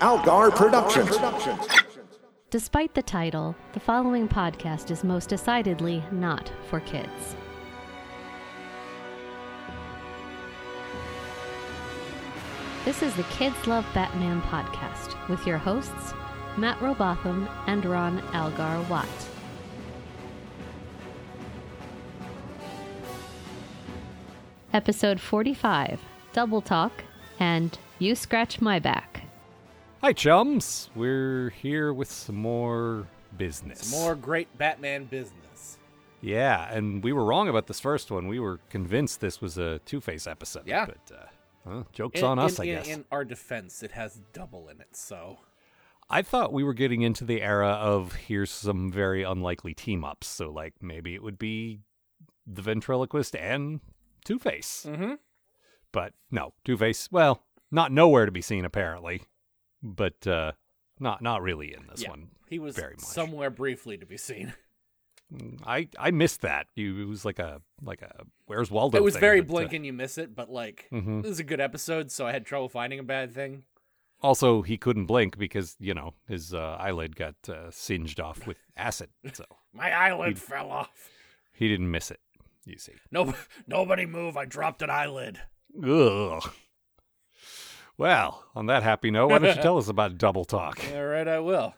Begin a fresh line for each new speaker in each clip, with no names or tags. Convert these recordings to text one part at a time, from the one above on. Algar Productions.
Despite the title, the following podcast is most decidedly not for kids. This is the Kids Love Batman podcast with your hosts, Matt Robotham and Ron Algar Watt. Episode 45 Double Talk and You Scratch My Back.
Hi, chums. We're here with some more business.
Some more great Batman business.
Yeah, and we were wrong about this first one. We were convinced this was a Two Face episode.
Yeah.
But, uh, well, joke's on us,
in,
I
in-
guess.
In our defense, it has double in it, so
I thought we were getting into the era of here's some very unlikely team ups. So, like, maybe it would be the ventriloquist and Two Face.
mm-hmm.
But no, Two Face, well, not nowhere to be seen, apparently. But, uh, not not really in this one.
he was
very much.
somewhere briefly to be seen.
I I missed that. You, it was like a like a where's Waldo.
It was
thing,
very
but, uh,
blink and you miss it, but like
Mhm.
this is a good episode, so I had trouble finding a bad thing.
Also, he couldn't blink because you know his uh, eyelid got uh, singed off with acid, so
My eyelid fell off.
he didn't miss it. You see,
No, nobody move. I dropped an eyelid.
Ugh. Well, on that happy note, why don't you tell us about double talk?
All right, I will.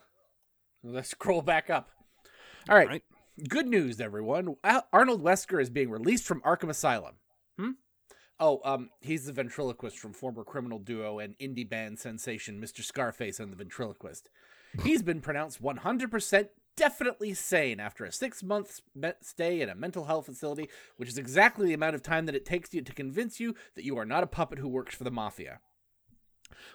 Let's scroll back up. All right.
Right.
Good news, everyone. Al- Arnold Wesker is being released from Arkham Asylum. Hmm? Oh, um, he's the ventriloquist from former criminal duo and indie band sensation Mr. Scarface and the Ventriloquist. He's been pronounced 100% definitely sane after a six month stay in a mental health facility, which is exactly the amount of time that it takes you to convince you that you are not a puppet who works for the mafia.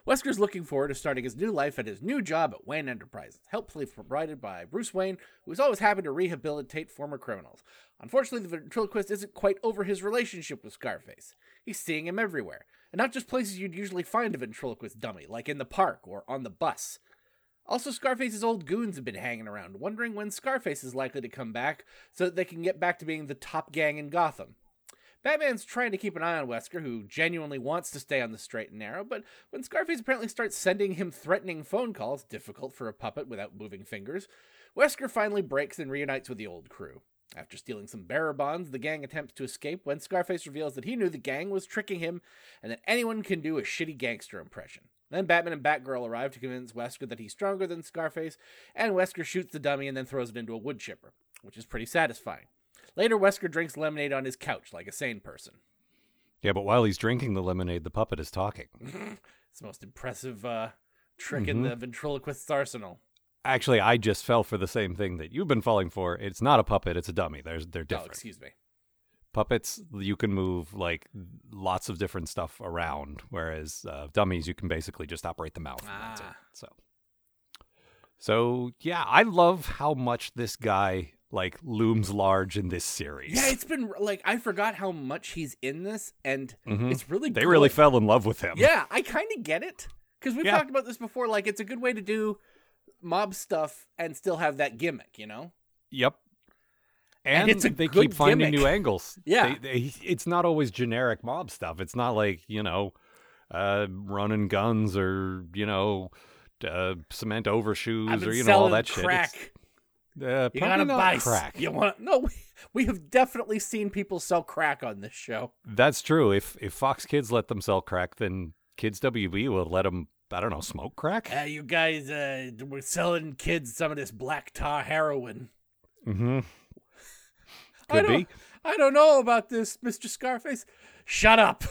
Wesker's looking forward to starting his new life at his new job at Wayne Enterprises, helpfully provided by Bruce Wayne, who is always happy to rehabilitate former criminals. Unfortunately, the ventriloquist isn't quite over his relationship with Scarface. He's seeing him everywhere, and not just places you'd usually find a ventriloquist dummy, like in the park or on the bus. Also, Scarface's old goons have been hanging around, wondering when Scarface is likely to come back so that they can get back to being the top gang in Gotham. Batman's trying to keep an eye on Wesker, who genuinely wants to stay on the straight and narrow, but when Scarface apparently starts sending him threatening phone calls, difficult for a puppet without moving fingers, Wesker finally breaks and reunites with the old crew. After stealing some bearer bonds, the gang attempts to escape when Scarface reveals that he knew the gang was tricking him and that anyone can do a shitty gangster impression. Then Batman and Batgirl arrive to convince Wesker that he's stronger than Scarface, and Wesker shoots the dummy and then throws it into a wood chipper, which is pretty satisfying. Later, Wesker drinks lemonade on his couch like a sane person.
Yeah, but while he's drinking the lemonade, the puppet is talking.
It's the most impressive uh, trick in
Mm-hmm.
the ventriloquist's arsenal. Oh,
Actually, I just fell for the same thing that you've been falling for. It's not a puppet; it's a dummy. There's they're
Oh,
different.
excuse me.
puppets you can move like lots of different stuff around whereas uh, dummies you can basically just operate the mouth and that's it
Ah.
so so yeah i love how much this guy like looms large in this series
Yeah, it's been like I forgot how much he's in this, and
Mhm.
it's really
they
good.
really fell in love with him
Yeah, I kind of get it because we've
Yeah.
talked about this before. Like, it's a good way to do mob stuff and still have that gimmick, you know?
yep and,
And it's a
they
good
keep finding
gimmick.
new angles
Yeah.
They- they- it's not always generic mob stuff it's not like you know uh running guns or you know uh, cement overshoes
I've been
or you know all
selling
that shit It's-
crack.
Uh, probably
You gotta
not
buy s-
crack.
You want no? We, we have definitely seen people sell crack on this show.
That's true. If if Fox Kids let them sell crack, then Kids WB will let them. I don't know, smoke crack.
Uh, you guys, uh, we're selling kids some of this black tar heroin.
mm-hmm.
I
Could
don't-
be.
I don't know about this, Mr. Scarface. Shut up.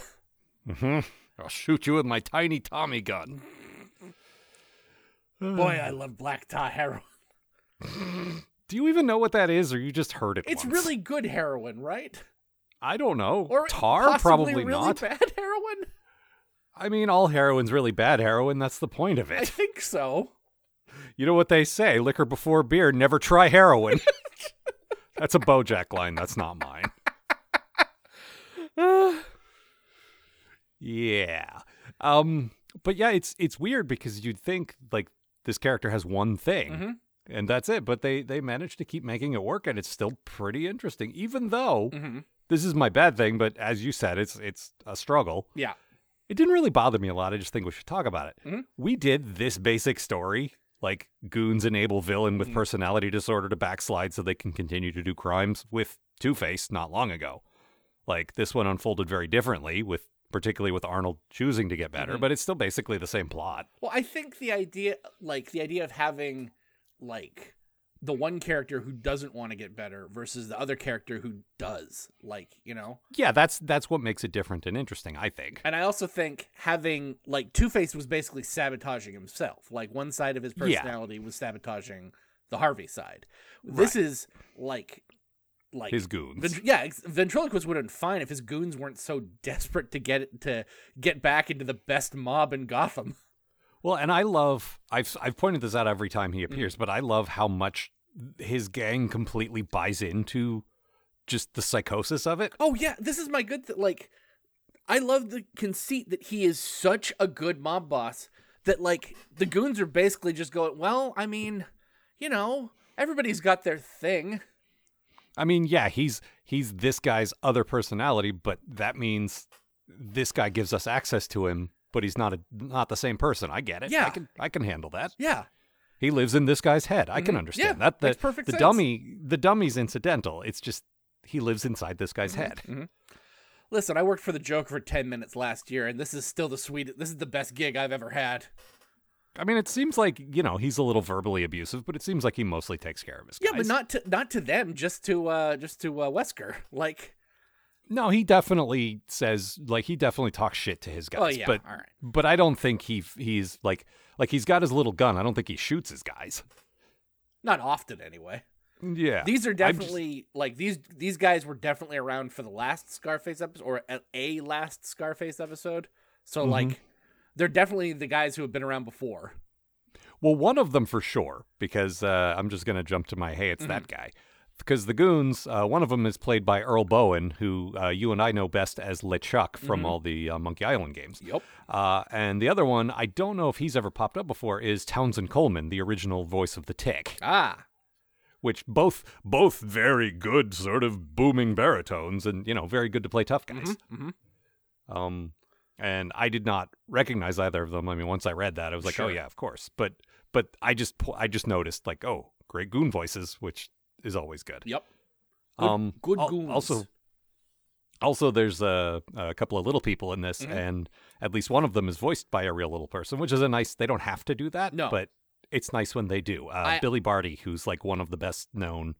Mm-hmm. I'll shoot you with my tiny Tommy gun. Hmm.
Boy, I love black tar heroin.
Do you even know what that is, or you just heard it?
It's
once?
really good heroin, right?
I don't know.
Or
Tar,
possibly
probably
really
not.
bad heroin?
I mean, all heroin's really bad heroin. That's the point of
I
it.
think so.
You know what they say: liquor before beer. Never try heroin. that's a BoJack line. That's not mine. Yeah. Um but yeah, it's it's weird because you'd think like this character has one thing
Mhm.
and that's it, but they they managed to keep making it work and it's still pretty interesting even though
Mhm.
this is my bad thing, but as you said it's it's a struggle
Yeah.
it didn't really bother me a lot. I just think we should talk about it.
Mhm.
We did this basic story, like goons enable villain with personality disorder to backslide so they can continue to do crimes with Two Face not long ago. Like this one unfolded very differently, with particularly with Arnold choosing to get better,
Mhm.
but it's still basically the same plot.
Well, I think the idea, like the idea of having, like, the one character who doesn't want to get better versus the other character who does, like, you know.
Yeah, that's that's what makes it different and interesting, I think.
And I also think having like Two Face was basically sabotaging himself. Like one side of his
Yeah.
personality was sabotaging the Harvey side. This is like, like
His goons.
Vent- yeah, ex- ventriloquist would have been fine if his goons weren't so desperate to get it, to get back into the best mob in Gotham.
Well, and I love I've I've pointed this out every time he appears, but I love how much his gang completely buys into just the psychosis of it.
Oh yeah, this is my good th- like I love the conceit that he is such a good mob boss that like the goons are basically just going, well, I mean, you know, everybody's got their thing.
I mean, yeah, he's he's this guy's other personality, but that means this guy gives us access to him, but he's not a not the same person. I get it.
Yeah.
I can I can handle that.
Yeah.
He lives in this guy's head. I can
Mhm.
understand
Yeah,
that. The,
makes perfect
the
sense.
dummy the dummy's incidental. It's just he lives inside this
Mm-hmm.
guy's head.
Listen, I worked for the Joker for 10 minutes last year and this is still the sweet this is the best gig I've ever had.
I mean, it seems like, you know, he's a little verbally abusive, but it seems like he mostly takes care of his
Yeah, but
guys.
not to not to them, just to uh just to uh, Wesker. Like
No, he definitely says like he definitely talks shit to his guys.
Oh yeah,
but
all right.
but I don't think he he's like like he's got his little gun. I don't think he shoots his guys.
Not often anyway.
Yeah,
These are
I'm just-
definitely like these these guys were definitely around for the last Scarface episode or a, a last Scarface episode. So like they're definitely the guys who have been around before.
well, one of them for sure because uh, I'm just gonna jump to my hey, it's that
Mm-hmm.
guy because the goons. Uh, one of them is played by Earl Bowen, who uh, you and I know best as LeChuck from
Mm-hmm.
all the uh, Monkey Island games.
Yep.
Uh, and the other one, I don't know if he's ever popped up before, is Townsend Coleman, the original voice of the Tick.
Ah.
which both both very good sort of booming baritones and you know very good to play tough guys
Mm-hmm.
um and i did not recognize either of them i mean once i read that i was like oh
Sure.
yeah of course but but i just po- i just noticed like oh great goon voices which is always good Um,
Yep. Good- good
al-
goons.
also also there's a, a couple of little people in this
Mhm.
and at least one of them is voiced by a real little person which is a nice they don't have to do that
No.
but it's nice when they do uh,
I-
billy barty who's like one of the best known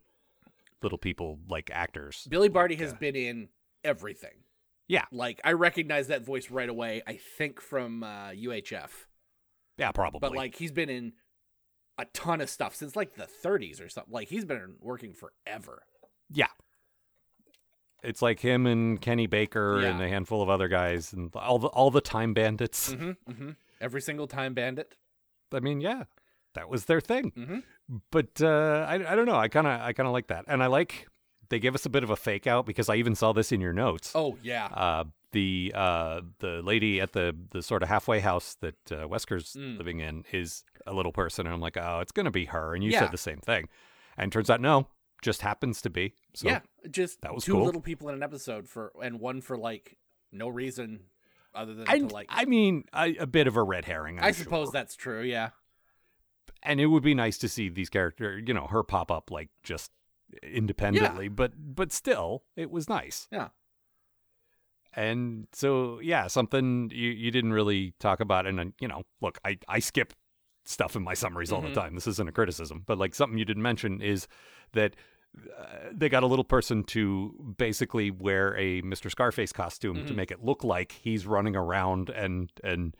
little people like actors
Billy Barty
Like,
has
uh,
been in everything.
Yeah.
Like I recognize that voice right away. I think from uh, UHF,
yeah probably
but like he's been in a ton of stuff since like the 30s or something. Like he's been working forever.
yeah it's like him and kenny baker
Yeah.
and a handful of other guys and all the all the time bandits
Mm-hmm. Mm-hmm. Every single time, Bandit. Mm-hmm.
I mean, yeah, that was their thing.
Mhm.
But uh, I, I don't know. I kind of, I kind of like that, and I like they give us a bit of a fake out because I even saw this in your notes.
Oh yeah.
Uh, the uh, the lady at the the sort of halfway house that uh, Wesker's
Mm.
living in is a little person, and I'm like, oh, it's gonna be her. And you
Yeah.
said the same thing, and turns out no, just happens to be. So
yeah, just
that was
two
cool.
little people in an episode for and one for like no reason other than
I,
to like.
I mean, I, a bit of a red herring. I'm
I
sure.
suppose that's true. Yeah,
and it would be nice to see these character, you know, her pop up like just independently, but but still, it was nice.
Yeah.
And so yeah, something you, you didn't really talk about, and uh, you know, look, I I skip stuff in my summaries all
Mhm.
the time. This isn't a criticism, but like something you didn't mention is that. Uh, they got a little person to basically wear a Mr. Scarface costume to
Mhm.
make it look like he's running around and and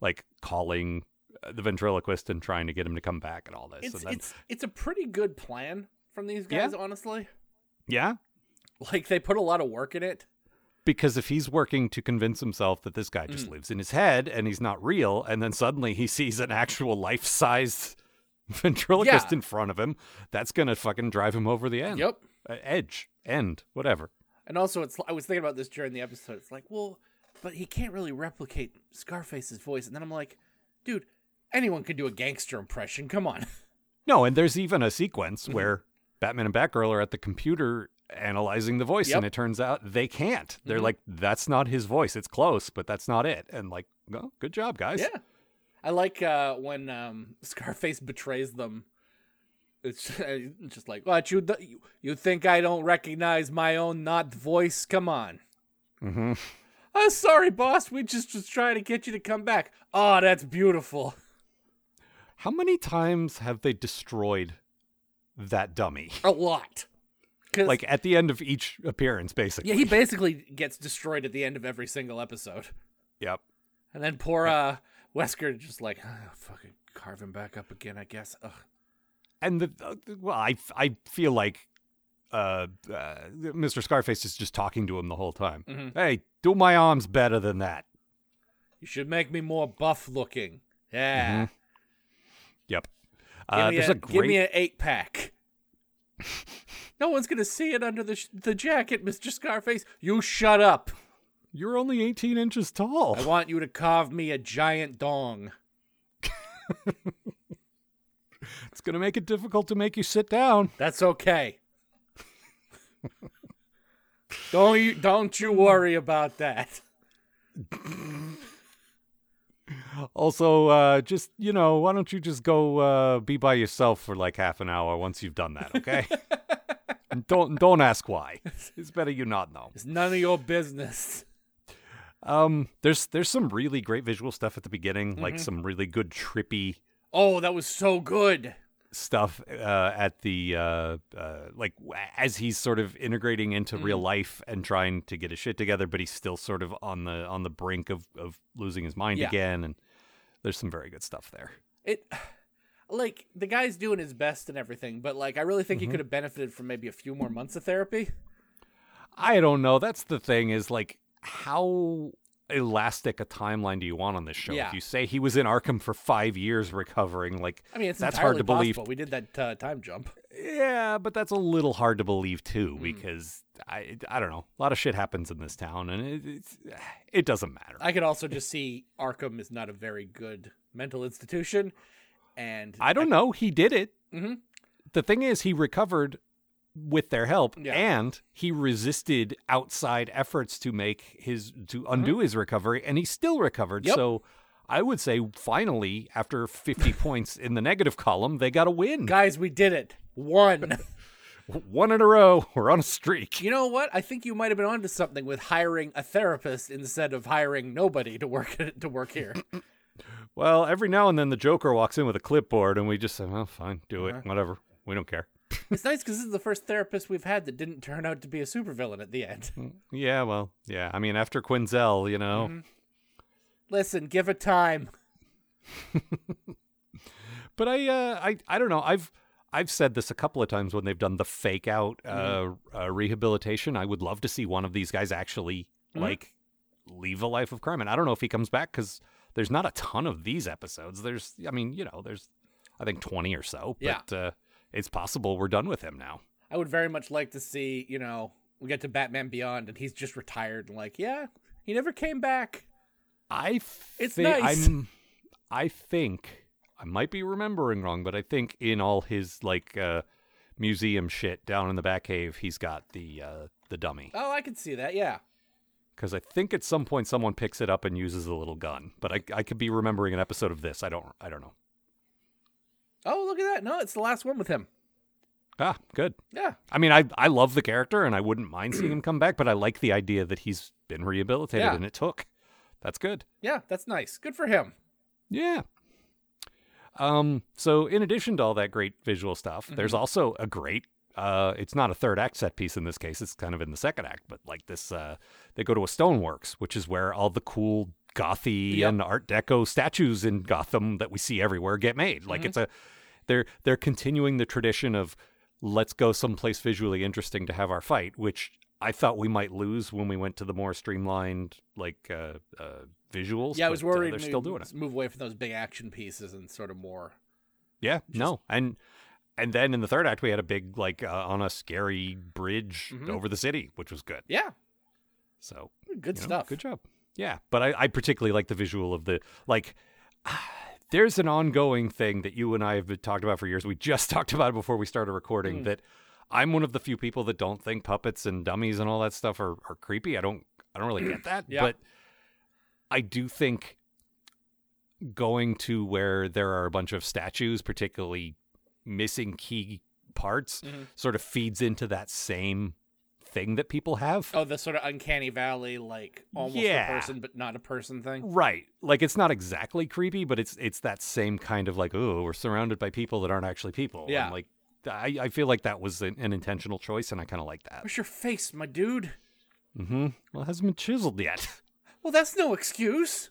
like calling uh, the ventriloquist and trying to get him to come back and all this.
it's
and then,
it's it's a pretty good plan from these
Yeah.
guys. Honestly,
yeah,
like they put a lot of work in it.
because if he's working to convince himself that this guy
Mm.
just lives in his head and he's not real, and then suddenly he sees an actual life-sized ventriloquist
Yeah.
in front of him, that's gonna fucking drive him over the end.
Yep.
Uh, edge, end, whatever.
And also, it's I was thinking about this during the episode. It's like, well, but he can't really replicate Scarface's voice. And then I'm like, dude, anyone could do a gangster impression. Come on. Mm-hmm.
No, and there's even a sequence where Batman and Batgirl are at the computer analyzing the voice
Yep.
and it turns out they can't. They're
Mhm.
like that's not his voice. It's close, but that's not it. And like, no, good job, guys.
Yeah. I like uh, when um, Scarface betrays them. It's it's just like, what you th- you- you think I don't recognize my own not voice? Come on.
hmm
Oh, sorry, boss. We just was trying to get you to come back. Oh, that's beautiful.
How many times have they destroyed that dummy?
A lot. 'Cause-
Like at the end of each appearance, basically.
yeah, he basically gets destroyed at the end of every single episode,
Yep.
and then poor uh, Wesker just like, oh, fucking carve him back up again. I guess. Ugh.
and the uh, well, I I feel like uh, uh Mr. Scarface is just talking to him the whole time.
Mhm.
Hey, do my arms better than that.
You should make me more buff looking. Yeah.
Mhm. Yep.
Give,
Uh,
me,
there's
a,
a,
give me
great
an eight pack. no one's gonna see it under the sh- the jacket, Mister Scarface. You shut up.
You're only 18 inches tall.
I want you to carve me a giant dong.
It's going to make it difficult to make you sit down.
That's okay. don't you don't you worry about that.
Also, uh just, you know, why don't you just go uh be by yourself for like half an hour once you've done that, okay? And don't don't ask why. It's better you not know.
It's none of your business.
Um there's there's some really great visual stuff at the beginning,
Mm-hmm.
like some really good trippy
Oh, that was so good.
stuff uh, at the uh, uh, like w- as he's sort of integrating into
Mm-hmm.
real life and trying to get his shit together, but he's still sort of on the on the brink of of losing his mind
Yeah.
again. And there's some very good stuff there.
It like the guy's doing his best and everything, but like I really think
Mm-hmm.
he could have benefited from maybe a few more months of therapy.
I don't know. That's the thing is like how elastic a timeline do you want on this show?
Yeah.
If you say he was in Arkham for five years recovering, like
I mean, it's
that's hard
entirely
to believe.
possible. We did that uh, time jump.
Yeah, but that's a little hard to believe
Mm.
too because I I don't know. A lot of shit happens in this town, and it it's, it doesn't matter.
I could also just see Arkham is not a very good mental institution, and
I don't know. He did it.
Mhm.
The thing is, he recovered with their help,
Yeah.
and he resisted outside efforts to make his to undo his recovery, and he still recovered.
Mm-hmm. Yep.
So, I would say, finally, after fifty points in the negative column, they got a win,
guys, we did it. One.
one in a row. We're on a streak.
you know what? I think you might have been onto something with hiring a therapist instead of hiring nobody to work to work here.
Well, every now and then, the Joker walks in with a clipboard, and we just say, "Well, fine, do it, whatever. We don't care."
it's nice because this is the first therapist we've had that didn't turn out to be a supervillain at the end.
Yeah, well, yeah. I mean, after Quinzel, you know.
Listen, give it time.
But I, uh, I, I don't know. I've I've said this a couple of times when they've done the fake out uh, uh, rehabilitation. I would love to see one of these guys actually
Hmm? Mm-hmm.
like leave a life of crime, and I don't know if he comes back because there's not a ton of these episodes. There's, I mean, you know, there's I think twenty or so,
Yeah.
but uh, it's possible we're done with him now.
I would very much like to see, you know, we get to Batman Beyond and he's just retired and like, yeah, he never came back.
I
It's
thi-
nice.
I'm, I think I might be remembering wrong, but I think in all his like uh, museum shit down in the back cave, he's got the uh, the dummy.
Oh, I could see that. Yeah.
Because I think at some point someone picks it up and uses the little gun. But I, I could be remembering an episode of this. I don't I don't know.
Oh, look at that. No, it's the last one with him.
Ah, good.
Yeah.
I mean, I I love the character and I wouldn't mind seeing him come back. But I like the idea that he's been rehabilitated
Yeah.
and it took. That's good.
Yeah, that's nice. Good for him.
Yeah. Um, so in addition to all that great visual stuff,
Mm-hmm.
there's also a great uh it's not a third act set piece in this case, it's kind of in the second act, but like this uh they go to a stoneworks, which is where all the cool gothy
Yep.
and art deco statues in Gotham that we see everywhere get made. Like
Mm-hmm.
it's a they're they're continuing the tradition of let's go someplace visually interesting to have our fight, which I thought we might lose when we went to the more streamlined like uh, uh visuals.
Yeah, I was
but, uh,
worried
they're
maybe
still doing it.
let's move away from those big action pieces and sort of more.
Yeah, no, and and then in the third act we had a big like uh, on a scary bridge
Mhm.
over the city, which was good.
Yeah,
So
good
you know,
stuff.
Good job. Yeah, but I, I particularly like the visual of the like.
Hmm.
there's an ongoing thing that you and I have been talked about for years. We just talked about it before we started recording. That I'm one of the few people that don't think puppets and dummies and all that stuff are, are creepy. I don't I don't really get that,
Yeah.
but I do think going to where there are a bunch of statues, particularly missing key parts,
Mhm.
sort of feeds into that same thing that people have.
Oh, the sort of uncanny valley, like almost
Yeah.
a person but not a person thing.
Right. Like it's not exactly creepy, but it's it's that same kind of like, oh, we're surrounded by people that aren't actually people.
Yeah.
And like I, I feel like that was an, an intentional choice and I kinda like that.
Where's your face, my dude?
Mm-hmm. Well it hasn't been chiseled yet.
Well, that's no excuse.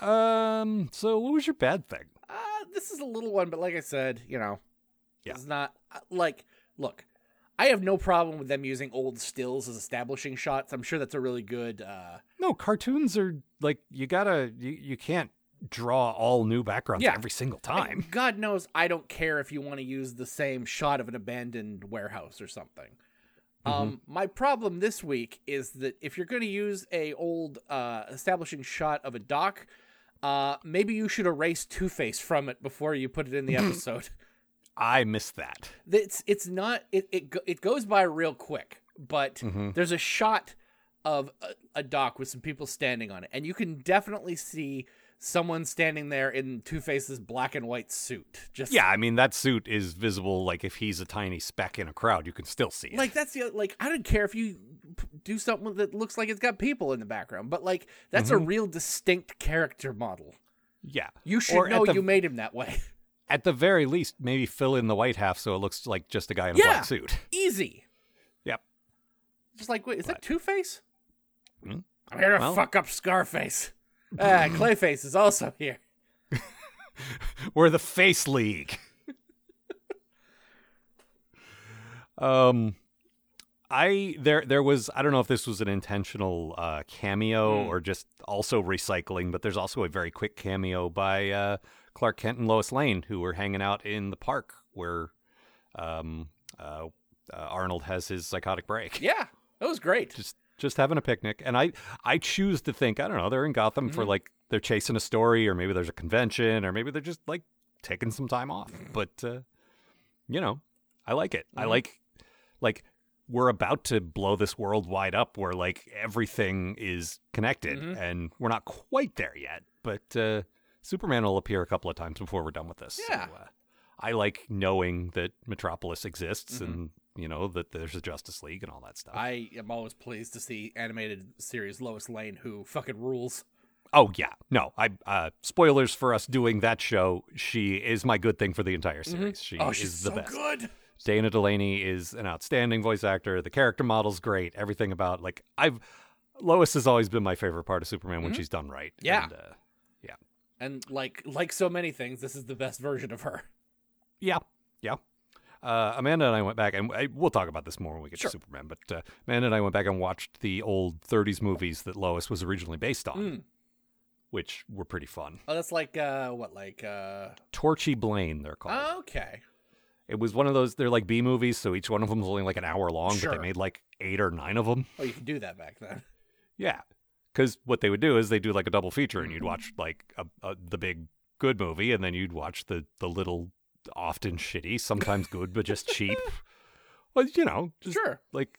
um so what was your bad thing?
Uh, this is a little one, but like I said, you know,
Yeah.
it's not uh, like look. I have no problem with them using old stills as establishing shots. I'm sure that's a really good. uh
No, cartoons are like you gotta you, you can't draw all new backgrounds
Yeah.
every single
I-
time.
God knows I don't care if you want to use the same shot of an abandoned warehouse or something.
Mm-hmm.
Um, my problem this week is that if you're going to use a old uh, establishing shot of a dock, uh, maybe you should erase Two Face from it before you put it in the episode.
I miss that.
it's it's not it it, go, it goes by real quick, but
Mm-hmm.
there's a shot of a, a dock with some people standing on it, and you can definitely see someone standing there in Two Face's black and white suit. Just
Yeah, I mean that suit is visible like if he's a tiny speck in a crowd, you can still see it.
like that's the like I don't care if you p- do something that looks like it's got people in the background, but like that's
Mm-hmm.
a real distinct character model.
yeah.
You should
Or at
know
the-
you made him that way.
at the very least, maybe fill in the white half so it looks like just a guy in a
Yeah.
black suit.
Easy.
Yep.
Just like wait, is that
But-
Two Face?
Hmm?
I'm here to
Well-
fuck up Scarface. Ah, Clayface is also here.
We're the face league. um I there there was I don't know if this was an intentional uh cameo
Hmm.
or just also recycling, but there's also a very quick cameo by uh Clark Kent and Lois Lane who were hanging out in the park where um uh, uh Arnold has his psychotic break.
Yeah, that was great.
just just having a picnic and i i choose to think i don't know they're in gotham for like they're chasing a story or maybe there's a convention or maybe they're just like taking some time off but uh you know i like it i
Mhm.
like like we're about to blow this world wide up where like everything is connected
Mhm.
and we're not quite there yet but uh superman will appear a couple of times before we're done with this
Yeah.
uh, i like knowing that metropolis exists and you know that there's a justice league and all that stuff
I am always pleased to see animated series Lois Lane, who fucking rules.
Oh yeah, no. I uh, spoilers for us doing that show. She is my good thing for the entire series. She
oh,
is
she's
the
so
best.
good.
Dana Delaney is an outstanding voice actor. The character model's great. Everything about like I've Lois has always been my favorite part of Superman when she's done right.
Mm-hmm. Yeah.
And, uh,
And like like so many things, this is the best version of her.
Yeah, yeah. Uh, Amanda and I went back, and I, we'll talk about this more when we get
Sure.
to Superman. But uh, Amanda and I went back and watched the old '30s movies that Lois was originally based on,
Mm.
which were pretty fun.
Oh, that's like uh what like uh
Torchy Blaine, they're called.
Oh. okay.
It was one of those. They're like B movies, so each one of them was only like an hour long, but
Sure.
they made like eight or nine of them.
Oh, you could do that back then.
Yeah, because what they would do is they do like a double feature, and you'd
Mm-hmm.
watch like a, a, the big good movie, and then you'd watch the the little often shitty, sometimes good but just cheap. Well, you know, just
sure.
like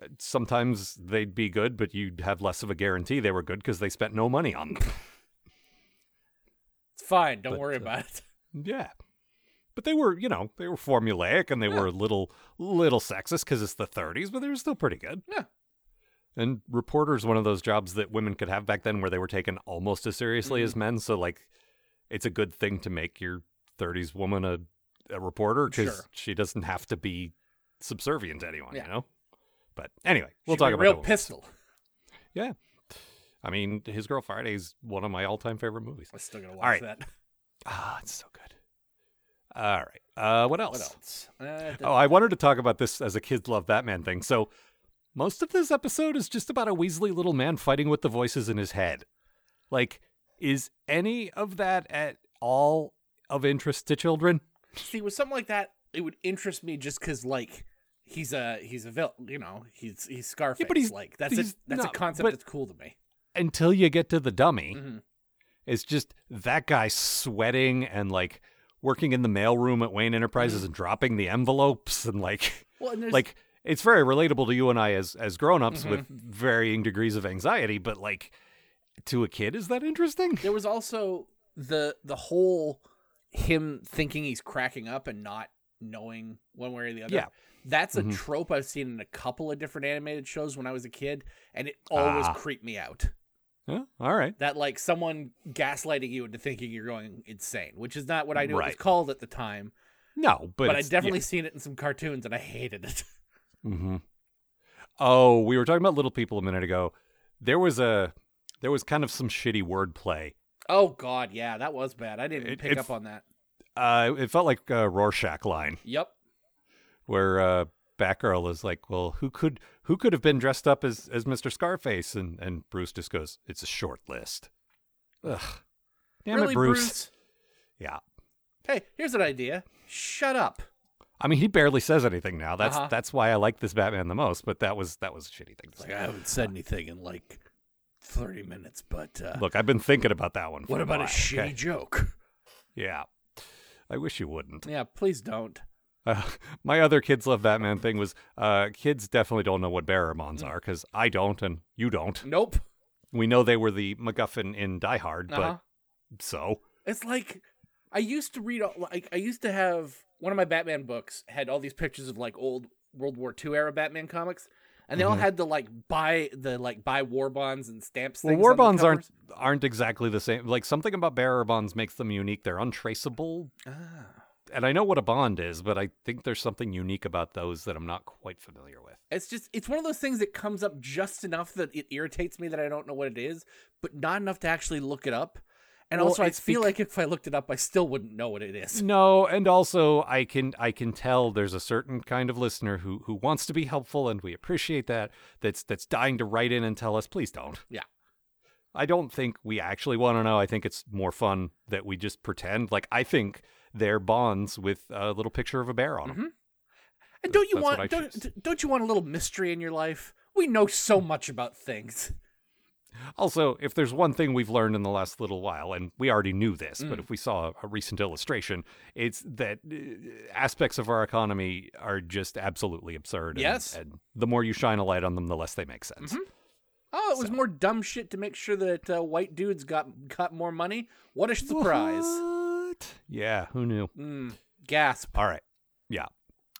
uh, sometimes they'd be good, but you'd have less of a guarantee they were good because they spent no money on them.
It's fine. Don't
But,
worry
uh,
about it.
Yeah. But they were, you know, they were formulaic and they were a little little sexist because it's the 30s, but they were still pretty good.
Yeah.
And reporters one of those jobs that women could have back then where they were taken almost as seriously
Mm-hmm.
as men, so like it's a good thing to make your 30s woman a a reporter cuz
Sure.
she doesn't have to be subservient to anyone,
Yeah.
you know? But anyway, we'll
She'd
talk
be a
about
real
the women.
pistol.
Yeah. I mean, His Girl Friday is one of my all-time favorite movies.
I'm still gonna watch
All right.
that.
Ah, it's so good. All right. Uh, what else?
What else? Uh,
Oh, I wanted to talk about this as a kids love Batman thing. So most of this episode is just about a Weasley little man fighting with the voices in his head. Like, is any of that at all of interest to children?
see, with something like that, it would interest me just because like he's a he's a villain. You know, he's he's Scarface.
he's-
like that's a
he's
that's
not-
a concept
but-
that's cool to me.
Until you get to the dummy,
Mhm.
it's just that guy sweating and like working in the mailroom at Wayne Enterprises and dropping the envelopes and like
Well, and there's
like it's very relatable to you and I as as grown-ups
Mhm.
with varying degrees of anxiety, but like to a kid is that interesting?
there was also the the whole him thinking he's cracking up and not knowing one way or the other.
Yeah.
That's a
Mhm.
trope I've seen in a couple of different animated shows when I was a kid, and it always
Ah.
creeped me out.
Huh? All right.
That like someone gaslighting you into thinking you're going insane, which is not what I knew it was
Right.
called at the time.
No, but
But, I
it's-
definitely seen it in some cartoons, and I hated it.
Mm-hmm. Oh, we were talking about little people a minute ago. There was a there was kind of some shitty wordplay.
oh God, yeah, that was bad. I didn't
It-
pick
it-
up on that.
Uh, it felt like a Rorschach line
Yep.
where uh, Batgirl is like, "Well, who could who could have been dressed up as as Mister Scarface?" And and Bruce just goes, "It's a short list." Ugh. Damn
really,
it, Bruce.
Bruce.
Yeah.
Hey, here's an idea. Shut up.
I mean, he barely says anything now. That's
Uh-huh.
that's why I like this Batman the most. But that was that was a shitty thing. To
It's
say.
like I haven't said anything in like thirty minutes, but uh,
Look, I've been thinking about that one. For
what about a
while,
shitty
okay?
joke?
Yeah. I wish you wouldn't.
Yeah, please don't.
Uh, my other kids love Batman thing was uh, kids definitely don't know what
Mm.
Barrymons are because I don't and you don't.
Nope.
We know they were the MacGuffin in Die Hard,
Uh-huh.
but so
It's like I used to read all- like I used to have one of my Batman books had all these pictures of like old World War II era Batman comics, and they all
Mhm.
had the like buy the like buy war bonds and stamps.
well,
things
war
on the
bonds aren't
covers.
aren't exactly the same. Like something about Barrymons makes them unique. They're untraceable,
Ah.
and I know what a bond is, but I think there's something unique about those that I'm not quite familiar with.
It's just it's one of those things that comes up just enough that it irritates me that I don't know what it is, but not enough to actually look it up. And
Well,
also, I
it's Mm.
feel
bec-
like if I looked it up, I still wouldn't know what it is.
No, and also I can I can tell there's a certain kind of listener who who wants to be helpful and we appreciate that. That's that's dying to write in and tell us please don't.
Yeah.
I don't think we actually want to know. I think it's more fun that we just pretend. Like I think they're bonds with a little picture of a bear on them.
Mhm. And don't you
That's what I
want don't
choose.
d- don't you want a little mystery in your life? We know so much about things.
Also, if there's one thing we've learned in the last little while, and we already knew this, but
Mm.
if we saw a, a recent illustration, it's that uh, aspects of our economy are just absolutely absurd. and-
Yes.
And, the more you shine a light on them, the less they make sense.
Oh, it was more dumb shit to make sure that uh, white dudes got got more money. What a surprise!
What? Yeah, who knew?
Mm, gasp.
All right. Yeah.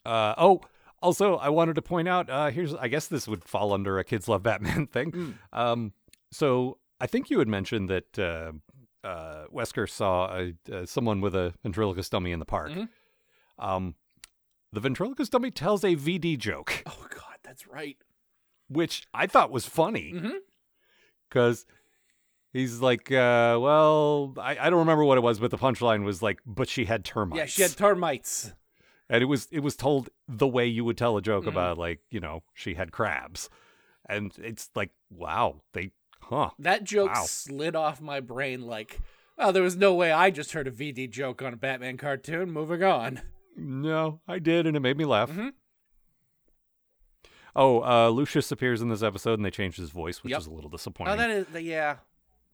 Uh, oh, also, I wanted to point out uh, here's, I guess this would fall under a kids love Batman thing.
Hmm.
Um, so I think you had mentioned that uh, uh, Wesker saw a, uh, someone with a ventriloquist dummy in the park.
Mhm.
Um, the ventriloquist dummy tells a VD joke,
Oh God, that's right.
which I thought was funny
Mhm.
because he's like, uh, well, I, I don't remember what it was, but the punchline was like, but she had termites.
Yeah, she had termites.
and it was it was told the way you would tell a joke
Mm-hmm.
about like you know she had crabs, and it's like wow they huh
That joke
Wow.
slid off my brain like, oh, there was no way I just heard a VD joke on a Batman cartoon. Moving on.
No, I did, and it made me laugh.
Mhm.
Oh, uh, Lucius appears in this episode, and they changed his voice, which
Yep.
is a little disappointing.
Oh, that is yeah.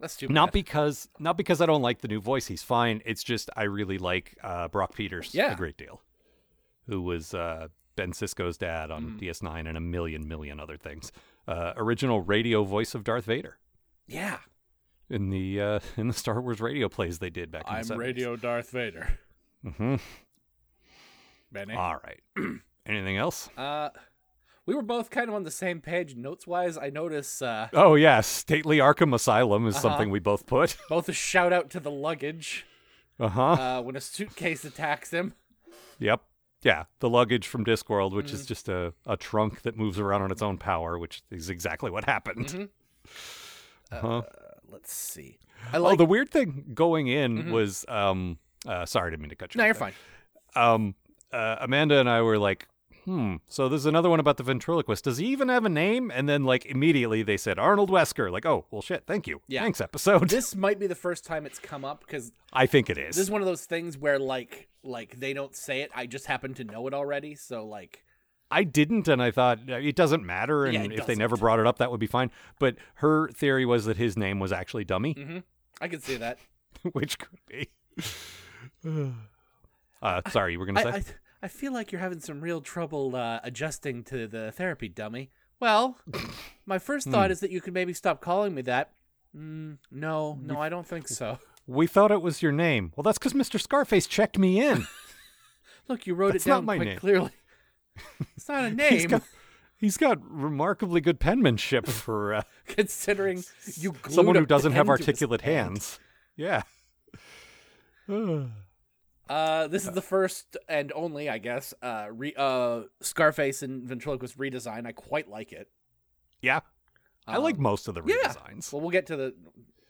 That's too
not
bad.
because not because I don't like the new voice; he's fine. It's just I really like uh, Brock Peters
Yeah.
a great deal, who was uh, Ben Cisco's dad on
Mm.
DS9 and a million million other things. Uh, original radio voice of Darth Vader
yeah.
in the uh, in the Star Wars radio plays they did back in the 70s.
Darth Vader.
hmm
Benny.
All right. Anything else?
Uh, we were both kind of on the same page notes wise. I notice uh,
Oh yeah, stately Arkham Asylum is
Uh-huh.
something we both put.
both a shout out to the luggage
Uh huh.
uh, when a suitcase attacks him.
yep. Yeah, the luggage from Discworld, which
Mm.
is just a, a trunk that moves around on its own power, which is exactly what happened.
Mm-hmm.
Huh?
Uh, let's see. I
oh,
like. Mm-hmm.
the weird thing going in was um uh, sorry, I didn't mean to cut you.
no,
off
you're
there.
fine.
Um, uh, Amanda and I were like, hmm. So there's another one about the ventriloquist. Does he even have a name? And then like immediately they said Arnold Wesker. Like, oh well, shit. Thank you.
Yeah.
Thanks episode.
This might be the first time it's come up because
I think it is.
this is one of those things where like like they don't say it. I just happen to know it already. So like,
I didn't, and I thought uh, it doesn't matter, and
Yeah, it
if they
doesn't.
never brought it up, that would be fine. But her theory was that his name was actually Dummy,
Mm. mm-hmm. I can see that.
which could be. Uh, sorry, you were going to say?
I, I, I feel like you're having some real trouble uh, adjusting to the therapy, dummy. Well, my
Hmm.
first thought is that you could maybe stop calling me that. Mm, no, no, I don't think so.
we thought it was your name. Well, that's because Mr. Scarface checked me in.
Look, you wrote
That's
it
not
down
my
quite
name.
clearly. It's not a
He's
name,
got, he's got remarkably good penmanship for uh,
considering you glued
someone
a
who doesn't have
pen to his
articulate
hand.
hands. Yeah. Uh,
Uh, this is the first and only, I guess, uh, re- uh, Scarface and Ventriloquist redesign. I quite like it.
yeah. I like
Um,
most of the
yeah.
redesigns.
Well, we'll get to the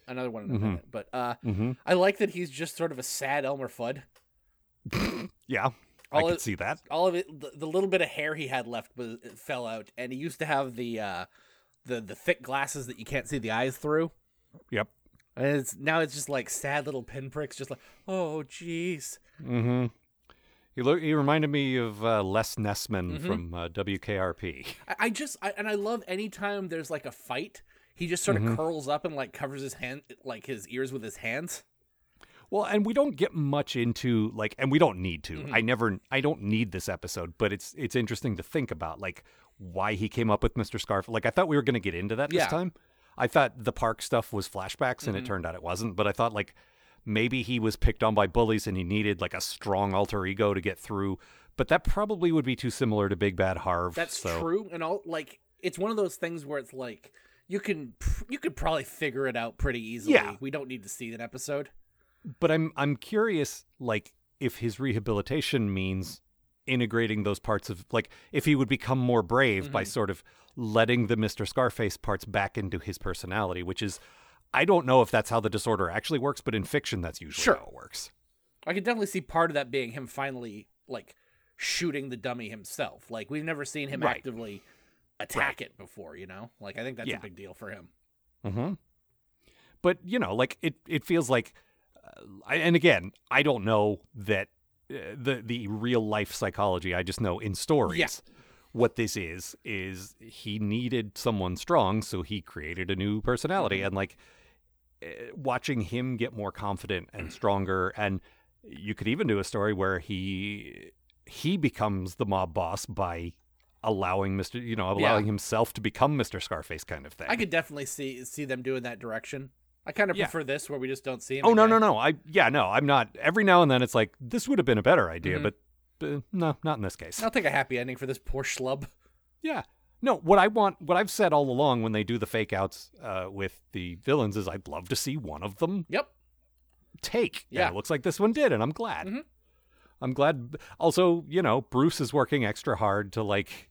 another one in a
Mhm.
minute, but uh,
hmm
I like that he's just sort of a sad Elmer Fudd.
Yeah. I
All
could
it-
see that.
all of it the, the little bit of hair he had left was it fell out and he used to have the uh the the thick glasses that you can't see the eyes through
Yep.
and it's now it's just like sad little pinpricks just like oh jeez
Mm-hmm. He, lo- he reminded me of uh, Les Nessman
Mhm.
from uh, WKRP.
I, I just I, and i love anytime there's like a fight he just sort
Mhm.
of curls up and like covers his hand like his ears with his hands
Well, and we don't get much into like, and we don't need to.
Mhm.
I never, I don't need this episode, but it's it's interesting to think about like why he came up with Mr. Scarf. Like I thought we were going to get into that
Yeah.
this time. I thought the park stuff was flashbacks, and it
Mhm.
turned out it wasn't. But I thought like maybe he was picked on by bullies, and he needed like a strong alter ego to get through. But that probably would be too similar to Big Bad Harv.
that's
so-
true and all like it's one of those things where it's like you can pr- you could probably figure it out pretty easily
Yeah.
we don't need to see that episode
But I'm I'm curious, like if his rehabilitation means integrating those parts of like if he would become more brave by sort of letting the Mr. Scarface parts back into his personality, which is I don't know if that's how the disorder actually works, but in fiction that's usually
Sure.
how it works.
I could definitely see part of that being him finally like shooting the dummy himself. Like we've never seen him
Right.
actively attack it before, you know? Like I think that's
Yeah.
a big deal for him.
Mm-hmm. But you know, like it, it feels like, uh, I, and again, I don't know that uh, the the real life psychology. I just know in stories what this is is he needed someone strong, so he created a new
Mm-hmm.
personality, and like eh, watching him get more confident and stronger and you could even do a story where he he becomes the mob boss by allowing mr you know allowing himself to become mr scarface kind of thing
I could definitely see see them doing that direction. I kind of
Yeah.
prefer this where we just don't see him.
Oh no
again.
no no! I yeah no I'm not. Every now and then it's like this would have been a better idea,
Mhm.
but uh, no, not in this case.
I'll take a happy ending for this poor schlub.
Yeah, no. What I want, what I've said all along when they do the fake outs uh, with the villains is I'd love to see one of them
Yep.
take. And
Yeah.
it looks like this one did, and I'm glad.
Mhm.
I'm glad. Also, you know, Bruce is working extra hard to like.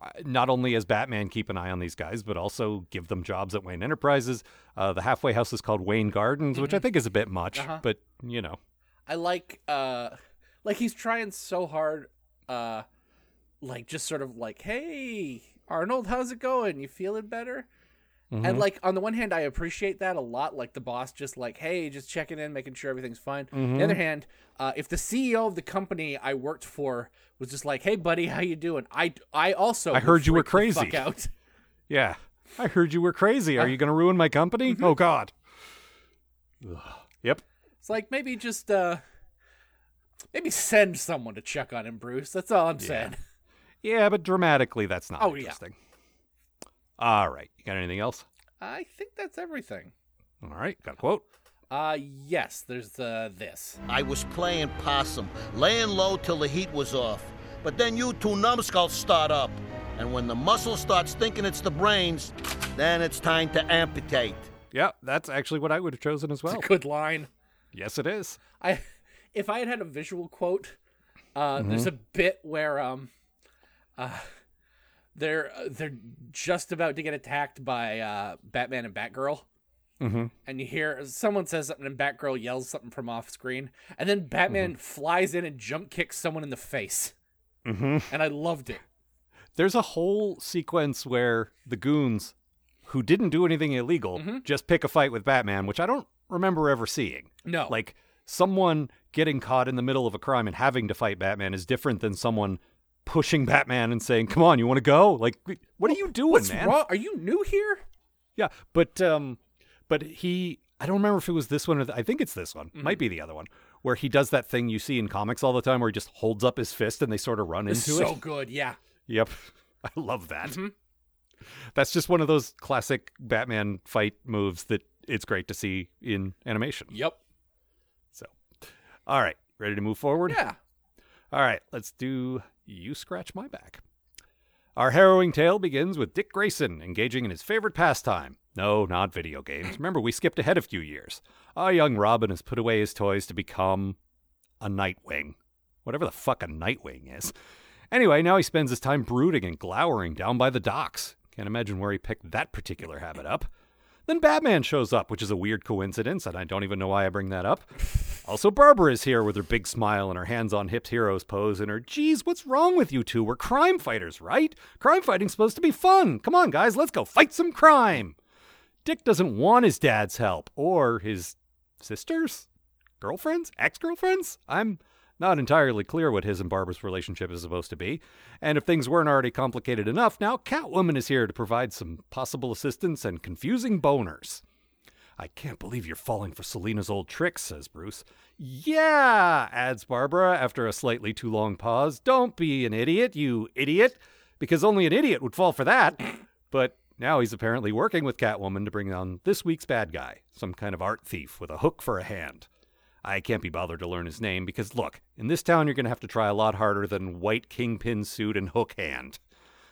uh, Not only as Batman keep an eye on these guys, but also give them jobs at Wayne Enterprises. Uh, the halfway house is called Wayne Gardens, which I think is a bit much,
Mm-hmm. Uh-huh.
but you know,
I like uh like he's trying so hard uh like just sort of like, "Hey, Arnold, how's it going? You feeling better?"
Mhm.
And like on the one hand, I appreciate that a lot. Like the boss, just like, hey, just checking in, making sure everything's fine. On
Mhm.
the other hand, uh, if the CEO of the company I worked for was just like, hey, buddy, how you doing? I I also
I
would
heard you were
freak the
crazy.
Fuck out.
Yeah. I heard you were crazy. Are you going to ruin my company?
Mm-hmm.
Oh, God. Yep.
It's like maybe just uh, maybe send someone to check on him, Bruce. That's all I'm saying.
Yeah, but dramatically, that's not
Oh, yeah.
interesting. All right. You got anything else?
I think that's everything.
All right. Got a quote.
Uh yes, there's uh this.
I was playing possum, laying low till the heat was off. But then you two numbskulls start up. And when the muscle starts thinking it's the brains, then it's time to amputate.
Yeah, that's actually what I would have chosen as well.
It's a good line.
Yes, it is.
I if I had had a visual quote, uh, there's a
Mm-hmm.
bit where um, uh, they're uh, they're just about to get attacked by uh, Batman and Batgirl,
Mm-hmm.
and you hear someone says something and Batgirl yells something from off screen, and then Batman flies in and jump kicks someone in the face,
Mm-hmm.
and I loved it.
There's a whole sequence where the goons, who didn't do anything illegal,
Mm-hmm.
just pick a fight with Batman, which I don't remember ever seeing.
No,
Like someone getting caught in the middle of a crime and having to fight Batman is different than someone pushing Batman and saying, "Come on, you want to go?" Like, w- what are you doing,
what's
man?
wrong? Are you new here?
Yeah, but um, but he I don't remember if it was this one or the, I think it's this one.
Mm-hmm.
Might be the other one where he does that thing you see in comics all the time where he just holds up his fist and they sort of run
It's
into
so
it.
good. Yeah.
Yep. I love that.
Mhm.
That's just one of those classic Batman fight moves that it's great to see in animation.
Yep.
So, all right, ready to move forward?
Yeah.
All right, let's do You Scratch My Back. Our harrowing tale begins with Dick Grayson engaging in his favorite pastime. No, not video games. Remember, we skipped ahead a few years. Our young Robin has put away his toys to become a Nightwing. Whatever the fuck a Nightwing is. Anyway, now he spends his time brooding and glowering down by the docks. Can't imagine where he picked that particular habit up. Then Batman shows up, which is a weird coincidence, and I don't even know why I bring that up. Also, Barbara is here with her big smile and her hands on hips heroes pose and her, geez, what's wrong with you two? We're crime fighters, right? Crime fighting's supposed to be fun. Come on, guys, let's go fight some crime. Dick doesn't want his dad's help or his sisters? Girlfriends? Ex girlfriends? I'm not entirely clear what his and Barbara's relationship is supposed to be. And if things weren't already complicated enough, now Catwoman is here to provide some possible assistance and confusing boners. I can't believe you're falling for Selena's old tricks, says Bruce. Yeah, adds Barbara after a slightly too long pause. Don't be an idiot, you idiot, because only an idiot would fall for that. But now he's apparently working with Catwoman to bring on this week's bad guy, some kind of art thief with a hook for a hand. I can't be bothered to learn his name because, look, in this town you're going to have to try a lot harder than white kingpin suit and hook hand.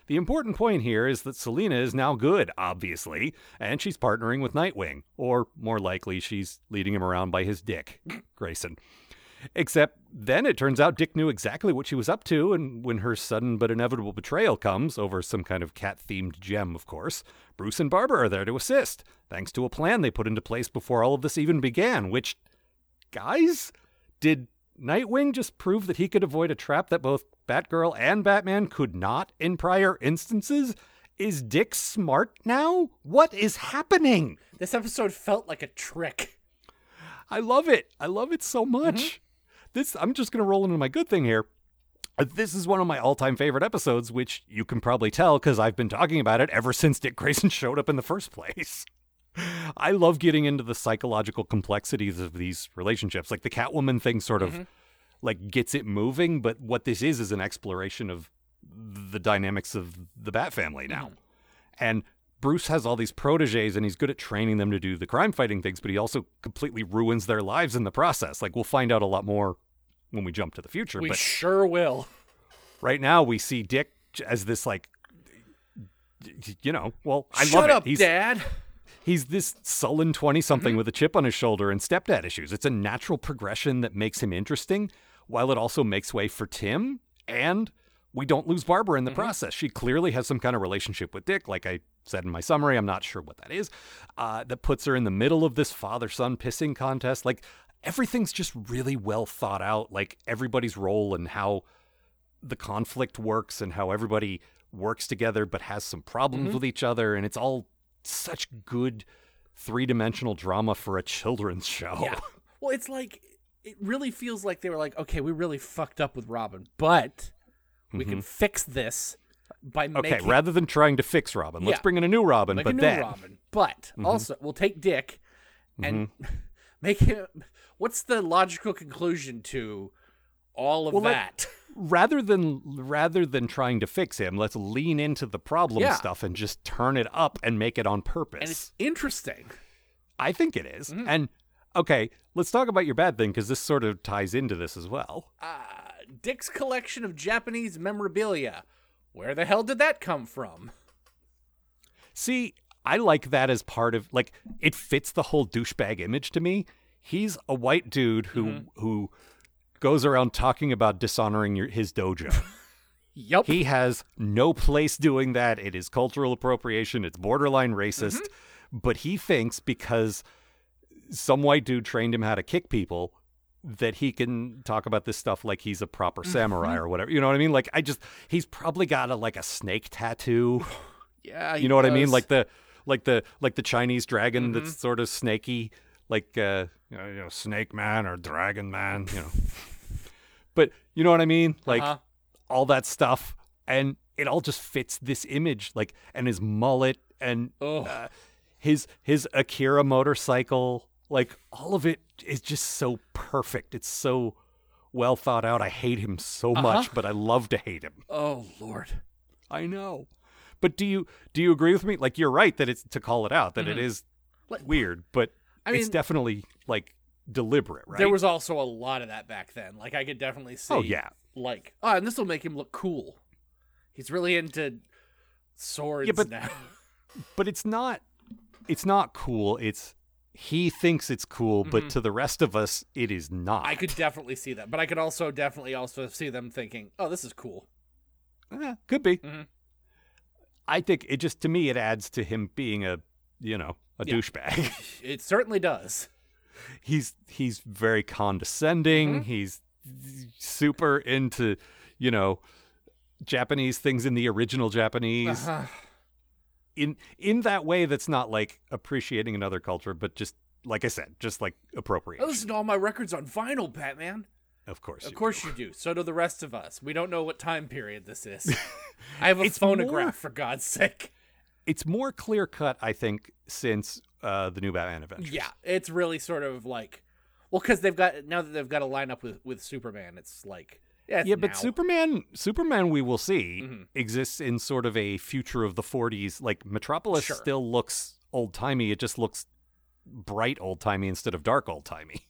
The important point here is that Selina is now good, obviously, and she's partnering with Nightwing, or more likely, she's leading him around by his dick, Grayson. Except then it turns out Dick knew exactly what she was up to, and when her sudden but inevitable betrayal comes, over some kind of cat themed gem, of course, Bruce and Barbara are there to assist, thanks to a plan they put into place before all of this even began, which, guys, did Nightwing just prove that he could avoid a trap that both Batgirl and Batman could not in prior instances? Is Dick smart now? What is happening?
This episode felt like a trick.
I love it. I love it so much. This I'm just gonna roll into my good thing here. Uh, This is one of my all-time favorite episodes, which you can probably tell because I've been talking about it ever since Dick Grayson showed up in the first place. I love getting into the psychological complexities of these relationships. Like the Catwoman thing sort of like gets it moving, but what this is is an exploration of the dynamics of the Bat family now. And Bruce has all these proteges and he's good at training them to do the crime fighting things, but he also completely ruins their lives in the process. Like we'll find out a lot more when we jump to the future.
We
but
sure will.
right now we see Dick j- as this like y- you know, well, I
Shut
love
up,
it. He's
Dad. Mm-hmm.
he's this sullen 20 something with a chip on his shoulder and stepdad issues. It's a natural progression that makes him interesting while it also makes way for Tim and we don't lose Barbara
Mm-hmm.
in the process. She clearly has some kind of relationship with Dick, like I said in my summary. I'm not sure what that is. Uh, that puts her in the middle of this father son pissing contest. Like everything's just really well thought out. Like everybody's role and how the conflict works and how everybody works together but has some problems
Mm-hmm.
with each other and it's all such good three-dimensional drama for a children's show.
Yeah. Well, it's like it really feels like they were like, okay, we really fucked up with Robin, but we can fix this by
Mm-hmm. Okay,
making
rather than trying to fix Robin, let's
Yeah.
bring in a new Robin,
like
but
a new
then Mm-hmm.
Robin. But also, we'll take Dick and make him. What's the logical conclusion to all of
Well, let-
that?
rather than rather than trying to fix him, let's lean into the problem
Yeah.
stuff and just turn it up and make it on purpose.
and it's Mm-hmm. interesting.
I think it is. And okay, let's talk about your bad thing cuz this sort of ties into this as well.
Uh, Dick's collection of Japanese memorabilia. Where the hell did that come from?
See, I like that as part of like it fits the whole douchebag image to me. He's a white dude who who goes around talking about dishonoring your, his dojo.
Yup.
he has no place doing that. It is cultural appropriation. It's borderline racist. But he thinks because some white dude trained him how to kick people that he can talk about this stuff like he's a proper samurai or whatever. You know what I mean? Like I just he's probably got a like a snake tattoo
yeah. he
you know what I mean?
does. Mm-hmm.
Like the like the like the Chinese dragon that's sort of snaky, like uh, you, know, you know, snake man or dragon man, you know. but you know what I mean? Like
Uh-huh.
all that stuff, and it all just fits this image, like and his mullet and
Ugh.
uh, his his Akira motorcycle Like all of it is just so perfect. It's so well thought out. I hate him so
Uh-huh.
much, but I love to hate him.
Oh Lord.
I know. But do you do you agree with me? Like you're right that it's to call it out that it
Mm-hmm.
is
Like-
weird, but
I
it's
mean-
definitely like deliberate, right?
There was also a lot of that back then. Like I could definitely see.
Oh, yeah.
Like oh, and this will make him look cool. He's really into swords
but-
now.
but it's not it's not cool. It's he thinks it's cool, but to the rest of us it is not.
Mm-hmm. I could definitely see that, but I could also definitely also see them thinking, "Oh, this is cool."
Eh, could be.
Mhm.
I think it just to me it adds to him being a you know a
Yeah.
douchebag.
It certainly does.
he's he's very
Mm-hmm.
condescending. He's super into you know Japanese things in the original Japanese
Uh-huh.
in in that way that's not like appreciating another culture, but just like I said, just like
I
appropriation.
listen to all my records on vinyl, Batman.
Of course,
Of
you
course
do.
you do. So do the rest of us. We don't know what time period this is. I have a
It's
phonograph,
more-
for God's sake.
it's more clear cut, I think, since uh, the new Batman Adventures.
Yeah, it's really sort of like, well, because they've got now that they've got a lineup with with Superman. It's like, yeah, it's
yeah, but
now. Mm-hmm.
Superman, Superman, we will see exists in sort of a future of the '40s. Like Metropolis
Sure.
still looks old timey. It just looks bright old timey instead of dark old timey.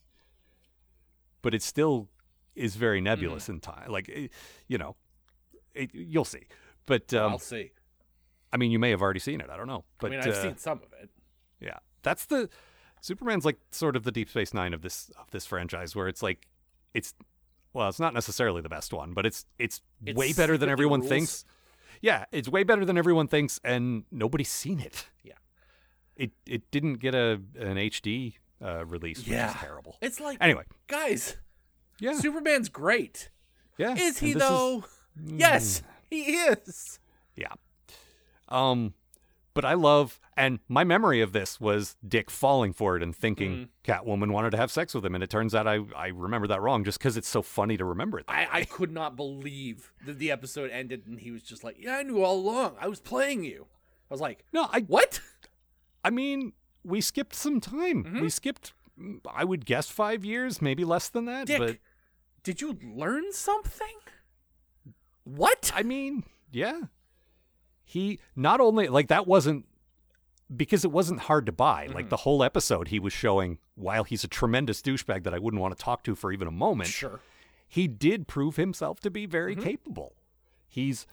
But it still is very nebulous
Mm.
in time. Like, eh, you know, it, you'll see. But um,
I'll see.
I mean, you may have already seen it. I don't know. But
I mean, I've
uh,
seen some of it.
yeah, that's the Superman's like sort of the Deep Space Nine of this of this franchise, where it's like it's well, it's not necessarily the best one, but it's it's,
It's
way better than
strictly
everyone
rules.
thinks. Yeah, it's way better than everyone thinks, and nobody's seen it.
Yeah.
it it didn't get a an HD uh, release, which
Yeah.
is terrible.
It's like,
Anyway,
guys,
yeah,
Superman's great.
yeah,
Is he
and this Mm.
though? Yes, he is.
Yeah. Um, but I love, and my memory of this was Dick falling for it and thinking
Mm-hmm.
Catwoman wanted to have sex with him, and it turns out I I remember that wrong just because it's so funny to remember it.
I, I could not believe that the episode ended and he was just like, yeah, I knew all along. I was playing you. I was like,
no, I
what?
I mean we skipped some time.
Mm-hmm.
We skipped, mm, I would guess five years, maybe less than that.
Dick,
But
did you learn something? What?
I mean, yeah, he not only like that wasn't because it wasn't hard to buy.
Mm-hmm.
Like the whole episode, he was showing while he's a tremendous douchebag that I wouldn't want to talk to for even a moment.
sure.
he did prove himself to be
Mm-hmm.
very capable. He's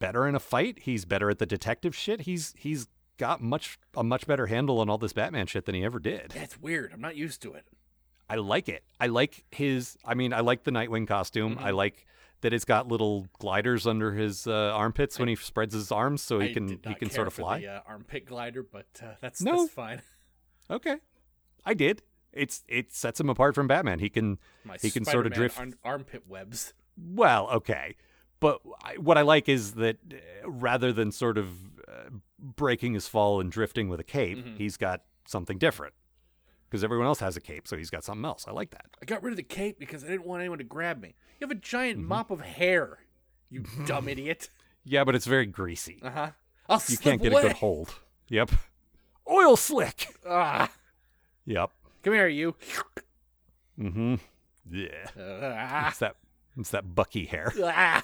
better in a fight. He's better at the detective shit. He's he's got much a much better handle on all this Batman shit than he ever did.
That's weird. I'm not used to it.
I like it. I like his. I mean, I like the Nightwing costume.
Mm-hmm.
I like that it's got little gliders under his uh, armpits when he spreads his arms, so he
I
can
did
he
not
can
care
sort of
for
fly.
The, uh, armpit glider, but uh, that's
No.
that's fine. uh,
Okay, I did. It's it sets him apart from Batman. He can
My
he can sort of
Spider-Man
drift
arm- armpit webs.
Well, okay. But I, what I like is that uh, rather than sort of uh, breaking his fall and drifting with a cape, he's got something different. Because everyone else has a cape, so he's got something else. I like that.
I got rid of the cape because I didn't want anyone to grab me. You have a giant
Mm-hmm.
mop of hair, you dumb idiot.
Yeah, but it's very greasy.
Uh huh. I'll
You
slip
can't get
away.
a good hold. Yep. Oil slick.
Ah,
Yep.
come here, you.
Mm-hmm. Yeah.
Ah,
It's that. It's that bucky hair.
ah.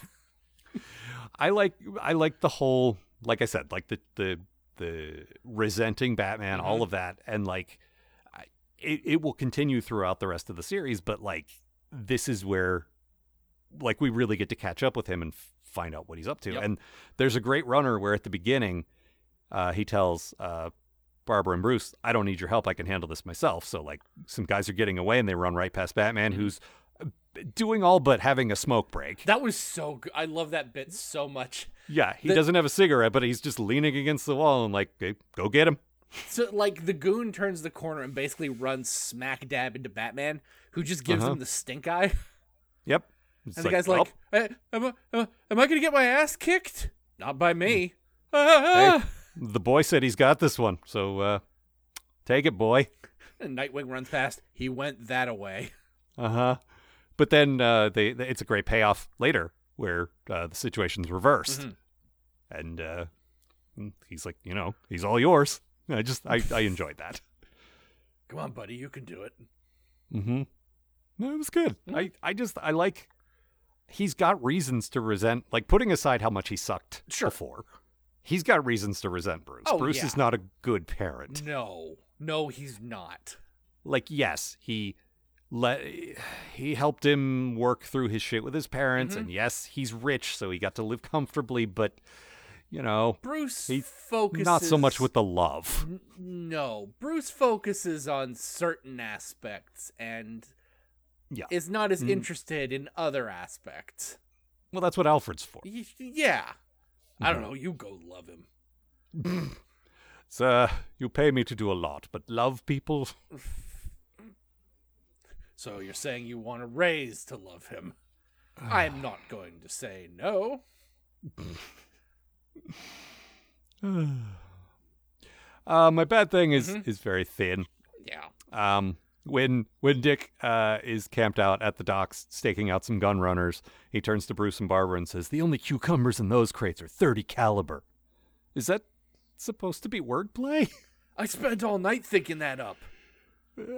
I like I like the whole like I said like the the the resenting Batman all of that and like I, it it will continue throughout the rest of the series but like this is where like we really get to catch up with him and f- find out what he's up to
Yep.
and there's a great runner where at the beginning uh, he tells uh, Barbara and Bruce I don't need your help I can handle this myself so like some guys are getting away and they run right past Batman who's uh, doing all but having a smoke break
That was so good. I love that bit so much.
yeah, he
The-
doesn't have a cigarette, but he's just leaning against the wall and like, "Hey, go get him.
So, like, the goon turns the corner and basically runs smack dab into Batman, who just gives
Uh-huh.
him the stink eye.
Yep. It's
And the guy's
"Well,
like, "Eh, am, I, am I- am I gonna get my ass kicked? Not by me.
"Oh,
Ah!
the boy said he's got this one, so uh, take it, boy.
And Nightwing runs past. He went that away.
Uh huh. But then uh, they, they- it's a great payoff later where uh, the situation's reversed,
Mm-hmm.
and uh, he's like, you know, he's all yours. I just I, I enjoyed that.
Come on, buddy, you can do it.
Mm-hmm. No, it was good. I, I just I like he's got reasons to resent like putting aside how much he sucked
Sure.
before. He's got reasons to resent Bruce.
Oh,
Bruce
yeah.
is not a good parent.
No, no, he's not.
Like yes, he let he helped him work through his shit with his parents
Mm-hmm.
and yes, he's rich so he got to live comfortably but you know,
Bruce
He-
focuses
not so much with the love.
N- no, Bruce focuses on certain aspects and
Yeah.
is not as
Mm.
interested in other aspects.
Well, that's what Alfred's for.
Y- yeah, I don't
Mhm.
know. You go love him.
Sir, uh, you pay me to do a lot, but love people?
So you're saying you want a raise to love him? I'm not going to say no.
Uh, my bad thing is is very thin.
Yeah.
Um, when when Dick uh, is camped out at the docks staking out some gun runners, he turns to Bruce and Barbara and says, "The only cucumbers in those crates are 30 caliber." Is that supposed to be wordplay?
I spent all night thinking that up.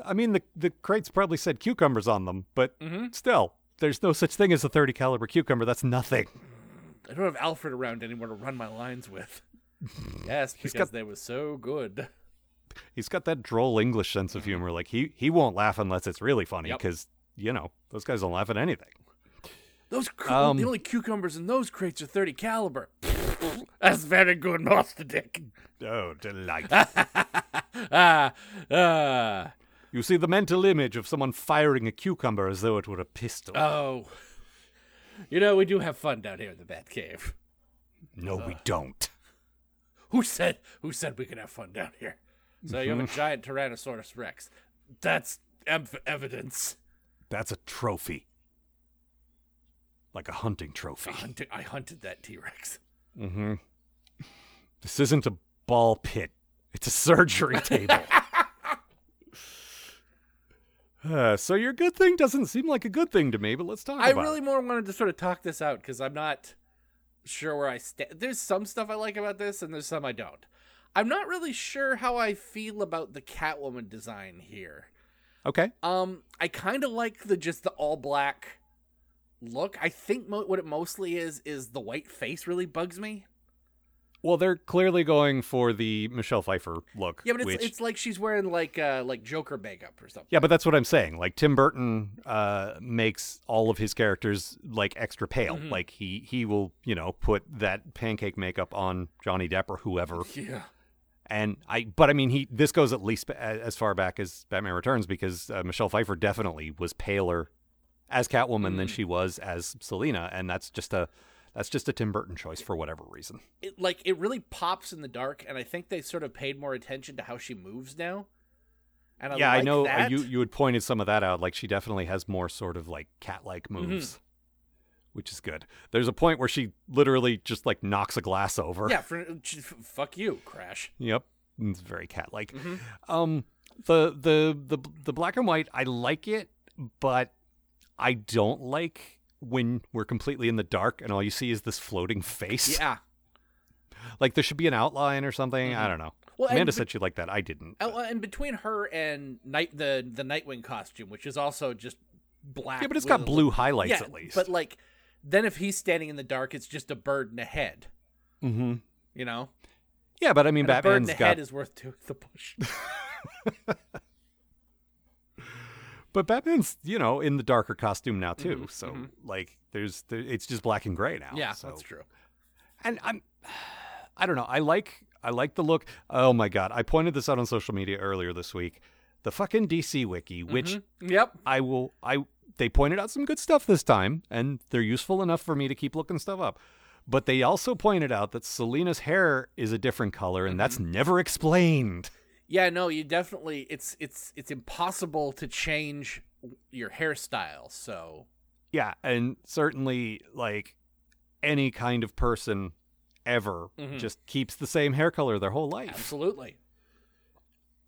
I mean, the the crates probably said cucumbers on them, but
Mhm.
still, there's no such thing as a 30 caliber cucumber. That's nothing.
I don't have Alfred around anymore to run my lines with. Yes, because
got-
they were so good.
He's got that droll English sense of humor. Like he he won't laugh unless it's really funny
Yep.
because you know those guys don't laugh at anything.
Those cu-
Um,
the only cucumbers in those crates are thirty caliber. That's very good, Master Dick.
Oh, delight.
ah, ah.
You see the mental image of someone firing a cucumber as though it were a pistol.
Oh, you know we do have fun down here in the Bat Cave.
no, we don't.
Who said? Who said we could have fun down here? So you have
Mhm.
a giant Tyrannosaurus Rex. That's ev- evidence.
That's a trophy. Like a hunting trophy.
I hunted, I hunted that T Rex.
Mm-hmm. This isn't a ball pit. It's a surgery table. Uh, so your good thing doesn't seem like a good thing to me, but let's talk
I
about
really
it.
more wanted to sort of talk this out because I'm not sure where I stand. There's some stuff I like about this, and there's some I don't. I'm not really sure how I feel about the Catwoman design here.
Okay.
Um, I kind of like the just the all black look. I think mo- what it mostly is is the white face really bugs me.
Well, they're clearly going for the Michelle Pfeiffer look.
Yeah, but it's
which-
it's like she's wearing like uh like Joker makeup or something.
Yeah, but that's what I'm saying. Like Tim Burton uh, makes all of his characters like extra pale.
Mhm.
Like he he will you know put that pancake makeup on Johnny Depp or whoever.
Yeah.
And I but I mean he this goes at least a- as far back as Batman Returns because uh, Michelle Pfeiffer definitely was paler as Catwoman than
Mhm.
she was as Selina, and that's just a that's just a Tim Burton choice for whatever reason.
it like it really pops in the dark and i think they sort of paid more attention to how she moves now and i
yeah,
like
I know uh,
that.
you you had pointed some of that out. Like she definitely has more sort of like cat like
Mm-hmm.
moves, which is good. There's a point where she literally just like knocks a glass over.
yeah for, ch- f- fuck you crash
Yep. It's very cat like.
Mhm.
Um, the the the the black and white. I like it, but I don't like when we're completely in the dark and all you see is this floating face.
yeah
Like there should be an outline or something. I
Mhm.
don't know.
Well, and
Amanda
be-
said she liked that. I didn't.
Oh, and between her and night the the nightwing costume which is also just black
yeah, but it's
with
got
a-
blue highlights
yeah,
at least.
but like then if he's standing in the dark it's just a bird and a head
mm-hmm.
you know
Yeah, but I mean,
and a bird and
Batman's
a
got
head is worth two the push
But Batman's, you know, in the darker costume now too.
Mhm,
so
mhm.
like, there's there, it's just black and gray now.
yeah
so.
that's true
And I'm, I don't know. I like I like the look. Oh my god! I pointed this out on social media earlier this week. The fucking DC wiki, which
Mhm. yep
I will I they pointed out some good stuff this time, and they're useful enough for me to keep looking stuff up. But they also pointed out that Selena's hair is a different color, and that's
Mm-hmm.
never explained.
Yeah, no, you definitely it's it's it's impossible to change your hairstyle. So,
Yeah, and certainly like any kind of person ever
Mhm.
just keeps the same hair color their whole life.
absolutely.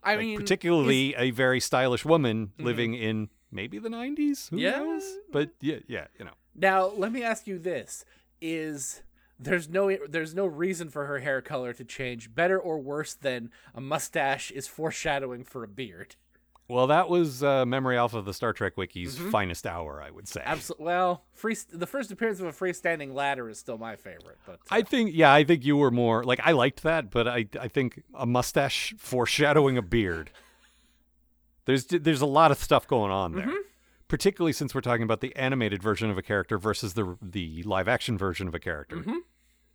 I
Like,
mean,
particularly a very stylish woman
Mhm.
living in maybe the 90s, who
Yeah.
knows? But yeah, yeah, you know.
now let me ask you this: is there's no there's no reason for her hair color to change, better or worse than a mustache is foreshadowing for a beard.
Well, that was uh, Memory Alpha, the Star Trek Wiki's finest hour, I would say.
Mm-hmm. Absolutely. Well, free the first appearance of a freestanding ladder is still my favorite, but uh,
I think, yeah, I think you were more like I liked that, but I, I think a mustache foreshadowing a beard. There's there's a lot of stuff going on there, particularly since we're talking about the animated version of a character versus the the live action version of a character,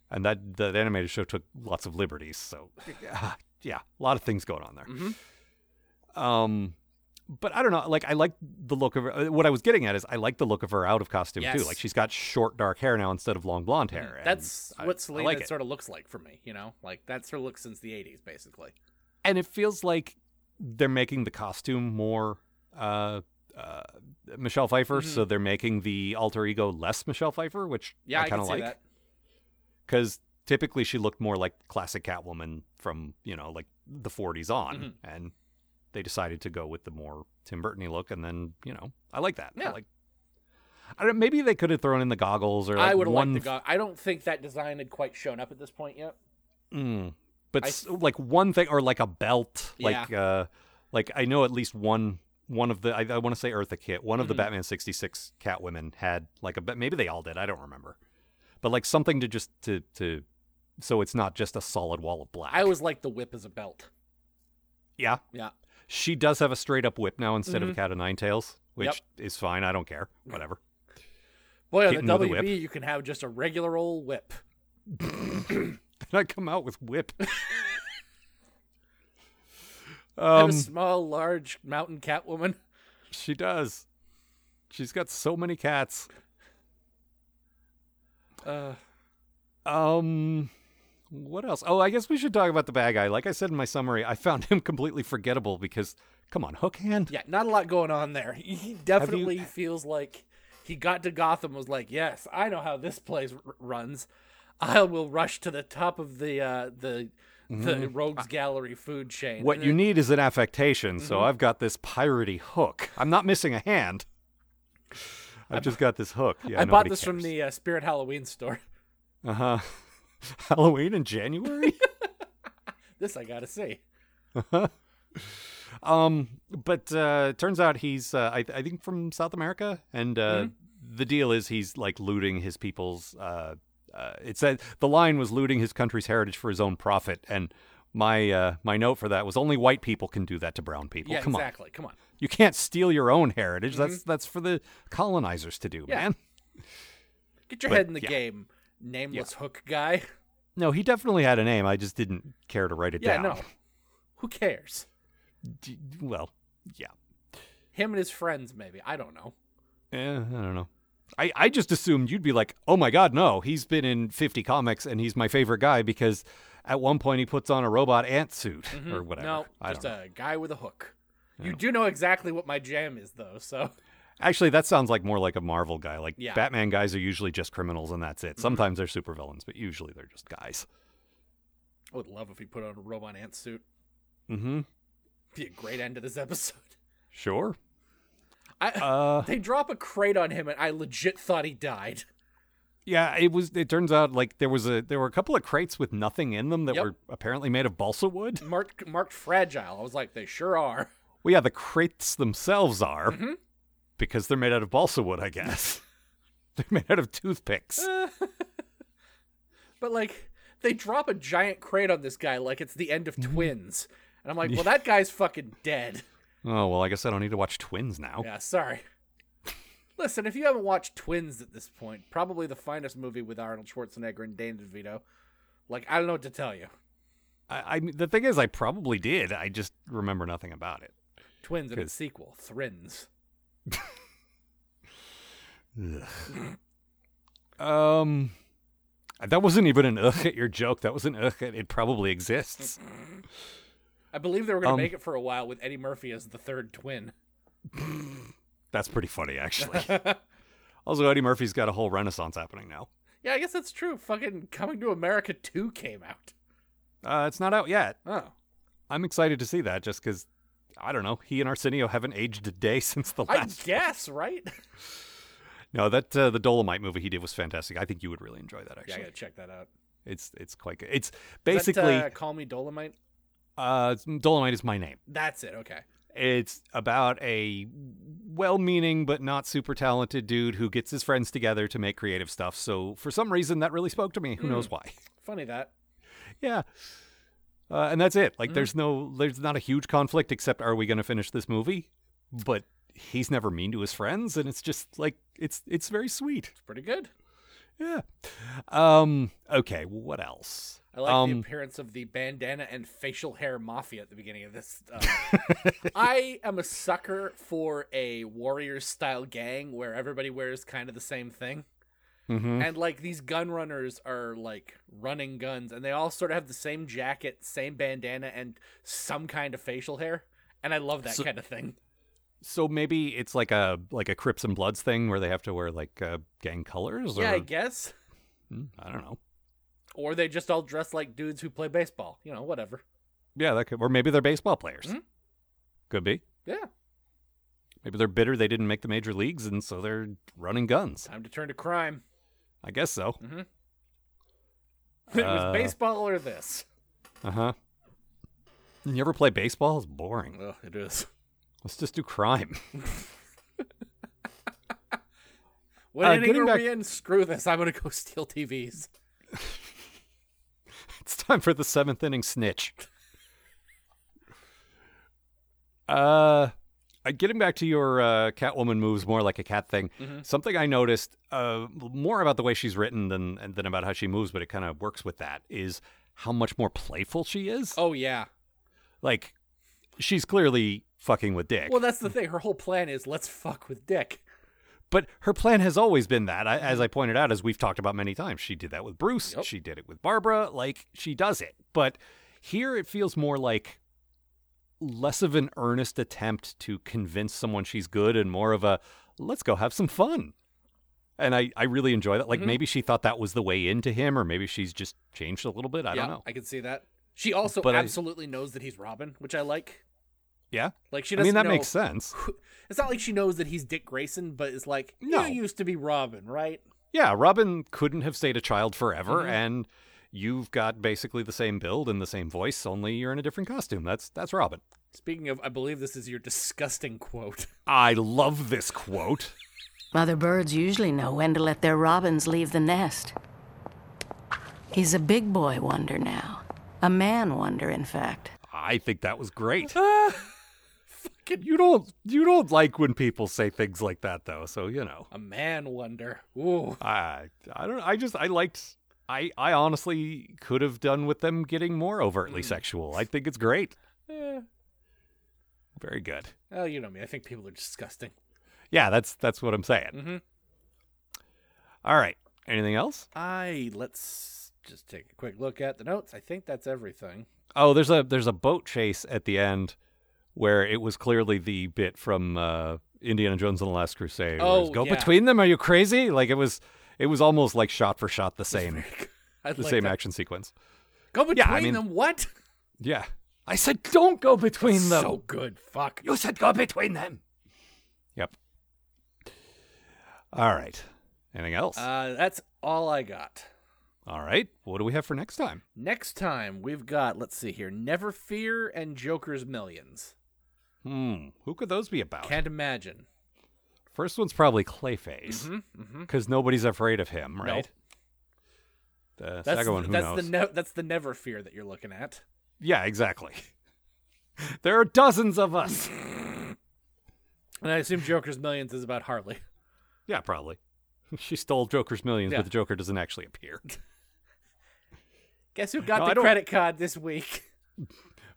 and that that animated show took lots of liberties. So, yeah, yeah, a lot of things going on there. Um, but I don't know. Like I like the look of her. uh, What I was getting at is I like the look of her out of costume too.
Yes.
Like she's got short dark hair now instead of long blonde hair. and
that's
I-
what
I
Selena
like it.
sort of looks like for me, you know? Like that's her look since the 80s basically.
and it feels like they're making the costume more uh, uh, Michelle Pfeiffer, so they're making the alter ego less Michelle Pfeiffer, which
Mm-hmm. Yeah, I,
I
can
kind of
see
like
that.
because typically she looked more like classic Catwoman from you know like the 40s on,
Mhm.
and they decided to go with the more Tim Burton look, and then you know I like that. I
Yeah.
like. I don't, maybe they could have thrown in the goggles or like
I would have
one
liked the go- I don't think that design had quite shown up at this point yet.
Mm. But
I-
s like one thing, or like a belt, like uh, like I know at least one one of the I, I want to say Eartha Kit, one of the
Mhm.
Batman sixty six Catwomen had like a be- maybe they all did, I don't remember, but like something to just to to so it's not just a solid wall of black.
I always liked the whip as a belt.
yeah,
Yeah.
she does have a straight up whip now instead of a cat of nine tails, which
Mm-hmm. Yep.
is fine. I don't care, whatever.
Boy, on the
Kitten with a whip.
WB you can have just a regular old whip.
Then I come out with whip.
I'm
um,
a small, large mountain cat woman.
She does. She's got so many cats.
Uh,
Um, what else? Oh, I guess we should talk about the bad guy. Like I said in my summary, I found him completely forgettable because, come on, Hook Hand.
yeah, not a lot going on there. He definitely feels like he got to Gotham was like, yes, I know how this place r- runs. I will rush to the top of the uh, the the rogues gallery food chain.
Mm-hmm. What
And
you
then-
need is an affectation.
Mm-hmm.
So I've got this piratey hook. I'm not missing a hand. I've just got this hook. Yeah,
I bought this from the uh, Spirit Halloween store.
uh huh Halloween in January.
This I gotta see.
Um, but uh, turns out he's uh, I, I think from South America, and uh,
Mm-hmm.
the deal is he's like looting his people's. Uh, uh, it said the line was looting his country's heritage for his own profit, and my uh, my note for that was only white people can do that to brown people.
yeah,
Come
exactly. Come on.
on, you can't steal your own heritage. That's that's for the colonizers to do,
Yeah.
man.
Get your
But,
head in the
yeah.
game, nameless hook guy.
No, he definitely had a name. I just didn't care to write it
Yeah,
down.
no. Who cares?
D- well, yeah.
Him and his friends, maybe. I don't know.
Yeah, Eh, I don't know. I, I just assumed you'd be like, oh my God, no, he's been in 50 comics and he's my favorite guy because at one point he puts on a robot ant suit or whatever.
Mm-hmm. No,
I
just
don't know.
a guy with a hook. You do know exactly what my jam is, though. So
Actually, that sounds like more like a Marvel guy. Like
Yeah. Mm-hmm.
Batman guys are usually just criminals and that's it. Sometimes they're supervillains, but usually they're just guys.
I would love if he put on a robot ant suit.
Mm-hmm.
Be a great end to this episode.
Sure.
I,
Uh,
they drop a crate on him, and I legit thought he died.
yeah, it was. It turns out like there was a there were a couple of crates with nothing in them that
Yep.
were apparently made of balsa wood.
Marked marked fragile. I was like, they sure are.
Well, yeah, the crates themselves are
Mm-hmm.
because they're made out of balsa wood, I guess. they're made out of toothpicks.
Uh. But like, they drop a giant crate on this guy like it's the end of
Mm-hmm.
Twins, and I'm like, well, that guy's fucking dead.
Oh, well, I guess I don't need to watch twins now.
Yeah, sorry. Listen, if you haven't watched Twins at this point, probably the finest movie with Arnold Schwarzenegger and Dane DeVito. Like, I don't know what to tell you.
I, I mean, the thing is, I probably did. I just remember nothing about it.
Twins and its
Good.
sequel, Thrins.
Um, that wasn't even an ugh at your joke. That was an ugh at it probably exists.
I believe they were going
Um,
to make it for a while with Eddie Murphy as the third twin.
That's pretty funny, actually. also, Eddie Murphy's got a whole renaissance happening now.
Yeah, I guess that's true. Fucking Coming to America 2 came out.
Uh, it's not out yet.
Oh.
I'm excited to see that just because, I don't know, he and Arsenio haven't aged a day since the
I
last
guess, right?
No, that uh, the Dolomite movie he did was fantastic. I think you would really enjoy that.
yeah, I
Actually,
gotta uh, check that out.
it's it's quite good. It's
Is that,
basically
uh, Call Me Dolomite?
uh, Dolomite is my name.
That's it, okay.
It's about a well meaning but not super talented dude who gets his friends together to make creative stuff. So, for some reason, that really spoke to me.
Hmm.
Who knows why?
Funny that.
yeah. Uh, and that's it.
Hmm.
Like, there's no, there's not a huge conflict except are we going to finish this movie? But he's never mean to his friends. And it's just like, it's, it's very sweet.
It's pretty good.
Yeah. Um, okay. What else?
I like the
um,
appearance of the bandana and facial hair mafia at the beginning of this. Uh, I am a sucker for a warriors style gang where everybody wears kind of the same thing.
mhm.
And like these gun runners are like running guns and they all sort of have the same jacket, same bandana, and some kind of facial hair. And I love that
So-
kind of thing.
So maybe it's like a like a Crips and Bloods thing where they have to wear like uh, gang colors. Or,
Yeah, I guess.
Hmm, I don't know.
Or they just all dress like dudes who play baseball. You know, whatever.
Yeah, that could, or maybe they're baseball players.
Mhm.
Could be.
Yeah.
Maybe they're bitter they didn't make the major leagues and so they're running guns.
Time to turn to crime.
I guess so.
Mm-hmm. it was
Uh,
baseball or this.
Uh huh. You ever play baseball? It's boring.
Well, it is.
Let's just do crime.
What
Uh,
inning
getting
are
back-
we in? Screw this. I'm going to go steal TVs.
it's time for the seventh inning snitch. Uh, uh, getting back to your uh, Catwoman moves more like a cat thing.
Mm-hmm.
Something I noticed uh, more about the way she's written than than about how she moves, but it kind of works with that is how much more playful she is.
Oh, yeah.
Like she's clearly fucking with Dick,
Well, that's the thing. Her whole plan is let's fuck with Dick.
but her plan has always been that. I, as I pointed out, as we've talked about many times, she did that with Bruce.
Mm-hmm. Yep.
She did it with Barbara. Like she does it, but here it feels more like less of an earnest attempt to convince someone she's good and more of a let's go have some fun. And I, I really enjoy that. Like
Mm-hmm.
maybe she thought that was the way into him, or maybe she's just changed a little bit. I
yeah,
don't know.
I can see that. She also
But I-
absolutely knows that he's Robin, which I like.
yeah.
Like she
I
doesn't
mean, that
know-
makes sense.
It's not like she knows that he's Dick Grayson, but it's like
No.
you used to be Robin, right?
Yeah. Robin couldn't have stayed a child forever.
Mhm.
And you've got basically the same build and the same voice, only you're in a different costume. That's, that's Robin.
Speaking of, I believe this is your disgusting quote.
I love this quote.
Mother birds usually know when to let their robins leave the nest. He's a big boy wonder now. A man wonder, in fact.
I think that was great.
Fucking
You don't you don't like when people say things like that though, so you know.
a man wonder. Ooh.
I I don't I just I liked I I honestly could have done with them getting more overtly sexual. I think it's great.
Eh.
Very good.
Oh, you know me. I think people are disgusting.
Yeah, that's that's what I'm saying.
Mhm.
All right. Anything else?
I let's just take a quick look at the notes. I think that's everything.
Oh, there's a there's a boat chase at the end where it was clearly the bit from uh, Indiana Jones and the Last Crusade. where it's,
Oh,
go
yeah.
between them? Are you crazy? Like it was it was almost like shot for shot the same
I
the
like
same
that.
action sequence.
Go between
Yeah, I mean-
them. What?
Yeah. I said don't go between them.
So good. Fuck.
You said go between them. Yep. All right. Anything else?
Uh, that's all I got.
All right. What do we have for next time?
Next time we've got let's see here. Never fear and Joker's millions.
Hmm. Who could those be about?
Can't imagine.
First one's probably Clayface
Mm-hmm, mm-hmm.
because nobody's afraid of him,
Nope.
right? The
That's
second one, who
that's
knows?
the ne- that's the never fear that you're looking at.
yeah, exactly. there are dozens of us.
And I assume Joker's millions is about Harley.
yeah, probably. She stole Joker's millions,
Yeah.
but the Joker doesn't actually appear.
Guess who got
No, I
the
don't-
credit card this week?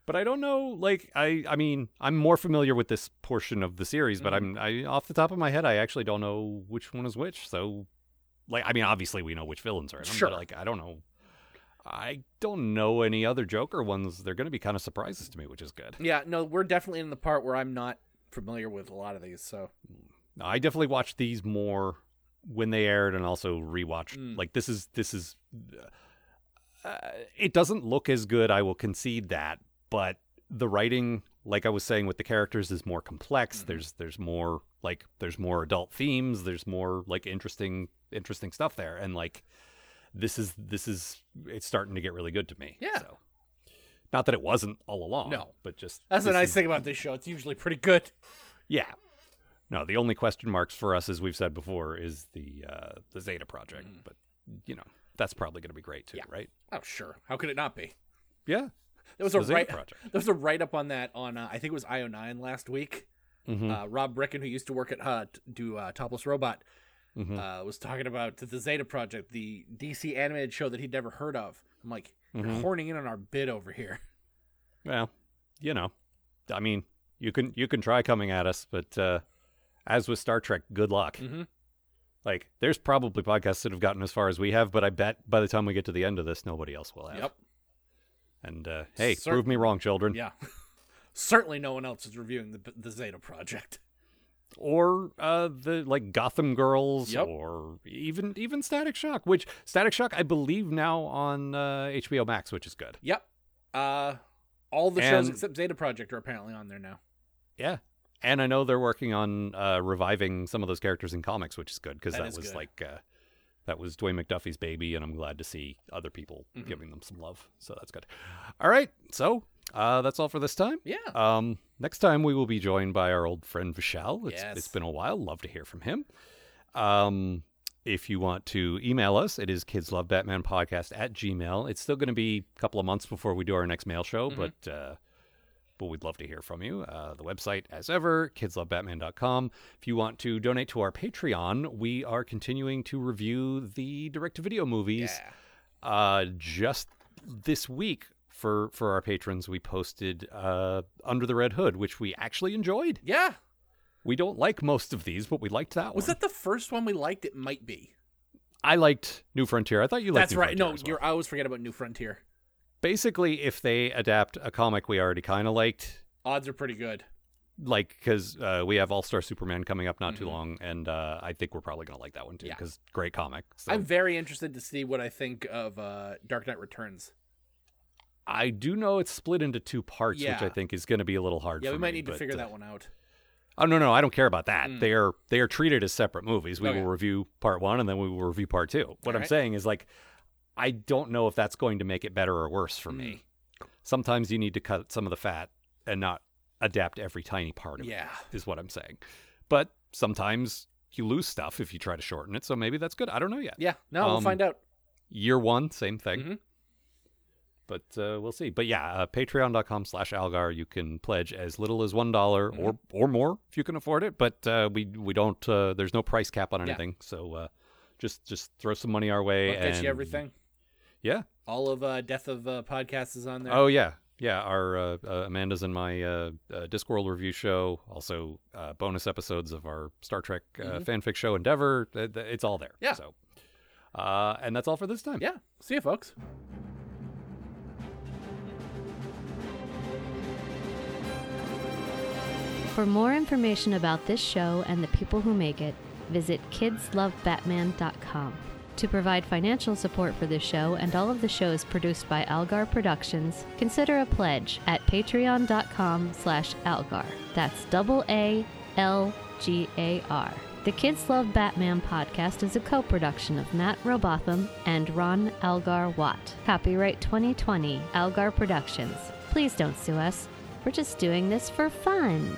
but I don't know. Like I, I mean, I'm more familiar with this portion of the series, but I'm I, off the top of my head, I actually don't know which one is which. So, like, I mean, obviously we know which villains are in 'em,
Sure.
but like, I don't know. I don't know any other Joker ones. They're going to be kind of surprises to me, which is good.
Yeah, no, we're definitely in the part where I'm not familiar with a lot of these. So
I definitely watched these more when they aired, and also rewatched.
Mm.
Like this is this is. Uh, it doesn't look as good. I will concede that, but the writing, like I was saying with the characters, is more complex.
Mm-hmm.
There's there's more like there's more adult themes. There's more like interesting interesting stuff there, and like this is this is it's starting to get really good to me.
Yeah.
So. Not that it wasn't all along.
No.
but just
That's the
this
nice
is-
thing about this show. It's usually pretty good.
Yeah. No, the only question marks for us, as we've said before, is the uh, the Zeta project. But you know, that's probably going to be great too,
Mm. Yeah.
right?
Oh, sure. How could it not be?
Yeah.
There was
The
a
Zeta
write.
Project.
There was a write up on that on uh, I think it was IO9 last week.
Mm-hmm, Hmm.
Uh, Rob Brecken, who used to work at uh, t- do uh, Topless Robot,
Hmm. mm-hmm.
uh, was talking about the Zeta Project, the DC animated show that he'd never heard of. I'm like,
Mm-hmm.
you're horning in on our bid over here.
Well, you know, I mean, you can you can try coming at us, but uh, as with Star Trek, good luck.
Mhm.
Like, there's probably podcasts that have gotten as far as we have, but I bet by the time we get to the end of this, nobody else will have.
Yep.
And uh, hey,
Cer-
prove me wrong, children.
Yeah. Certainly, no one else is reviewing the the Zeta Project.
or uh, the like Gotham Girls,
Yep.
or even even Static Shock, which Static Shock I believe now on uh, HBO Max, which is good.
Yep. Uh, all the shows
And-
except Zeta Project are apparently on there now.
Yeah, and I know they're working on uh, reviving some of those characters in comics, which is good because
That
that,
is
was
good.
like uh, that was Dwayne McDuffie's baby, and I'm glad to see other people
Mm-hmm.
giving them some love, so that's good. All right, so uh, that's all for this time.
Yeah.
Um, next time we will be joined by our old friend Vishal. It's,
Yes.
it's been a while. Love to hear from him. Um, if you want to email us, it is kidslovebatmanpodcast at gmail. It's still going to be a couple of months before we do our next mail
Mm-hmm.
show, but uh, but we'd love to hear from you. Uh, the website, as ever, kidslovebatman.com. If you want to donate to our Patreon, we are continuing to review the direct-to-video movies
Yeah.
uh, just this week for for our patrons we posted uh, under the red hood which we actually enjoyed
Yeah.
we don't like most of these but we liked that
Was
one
that the first one we liked? It might be.
i liked new frontier i thought you liked
That's
New
right.
Frontier
No,
as well.
you're, I always forget about New Frontier.
basically if they adapt a comic we already kind of liked
Odds are pretty good.
like because uh, we have all star superman coming up not too long and uh, i think we're probably gonna like that one too
Mm-hmm. Yeah.
because great comic so
I'm very interested to see what I think of uh, Dark Knight Returns.
i do know it's split into two parts which i
Yeah.
think is gonna be a little hard
yeah,
for
we might
me,
need to
but,
figure
uh,
that one out.
Oh no, no, I don't care about that.
Mm.
They are they are treated as separate movies. We
Okay.
will review part one and then we will review part two. What I'm
Alright.
saying is like I don't know if that's going to make it better or worse for me.
Hmm.
Sometimes you need to cut some of the fat and not adapt every tiny part of
Yeah.
it is what I'm saying. But sometimes you lose stuff if you try to shorten it, so maybe that's good. I don't know yet.
Yeah. No, we'll
Um,
find out.
Year one, same thing.
Mhm.
But uh, we'll see. But yeah, uh, patreon.com slash Algar. You can pledge as little as $1 dollar
Mm-hmm.
or, or more if you can afford it. But uh, we we don't, uh, there's no price cap on
Yeah.
anything. So uh, just just throw some money our way.
I'll get
and-
you everything.
Yeah.
All of uh, Death of uh, Podcasts is on there.
Oh, yeah. Yeah. Our uh, uh, Amanda's in my uh, uh, Discworld review show. Also, uh, bonus episodes of our Star Trek uh, fanfic show Endeavor. Th- th- It's all there.
Mm-hmm. Yeah.
So, uh, and that's all for this time.
Yeah. See you, folks.
For more information about this show and the people who make it, visit kidslovebatman.com. To provide financial support for this show and all of the shows produced by Algar Productions, consider a pledge at patreon.com slash algar. That's double A L G A R. The Kids Love Batman podcast is a co production of Matt Robotham and Ron Algar Watt. Copyright 2020, Algar Productions. Please don't sue us. We're just doing this for fun.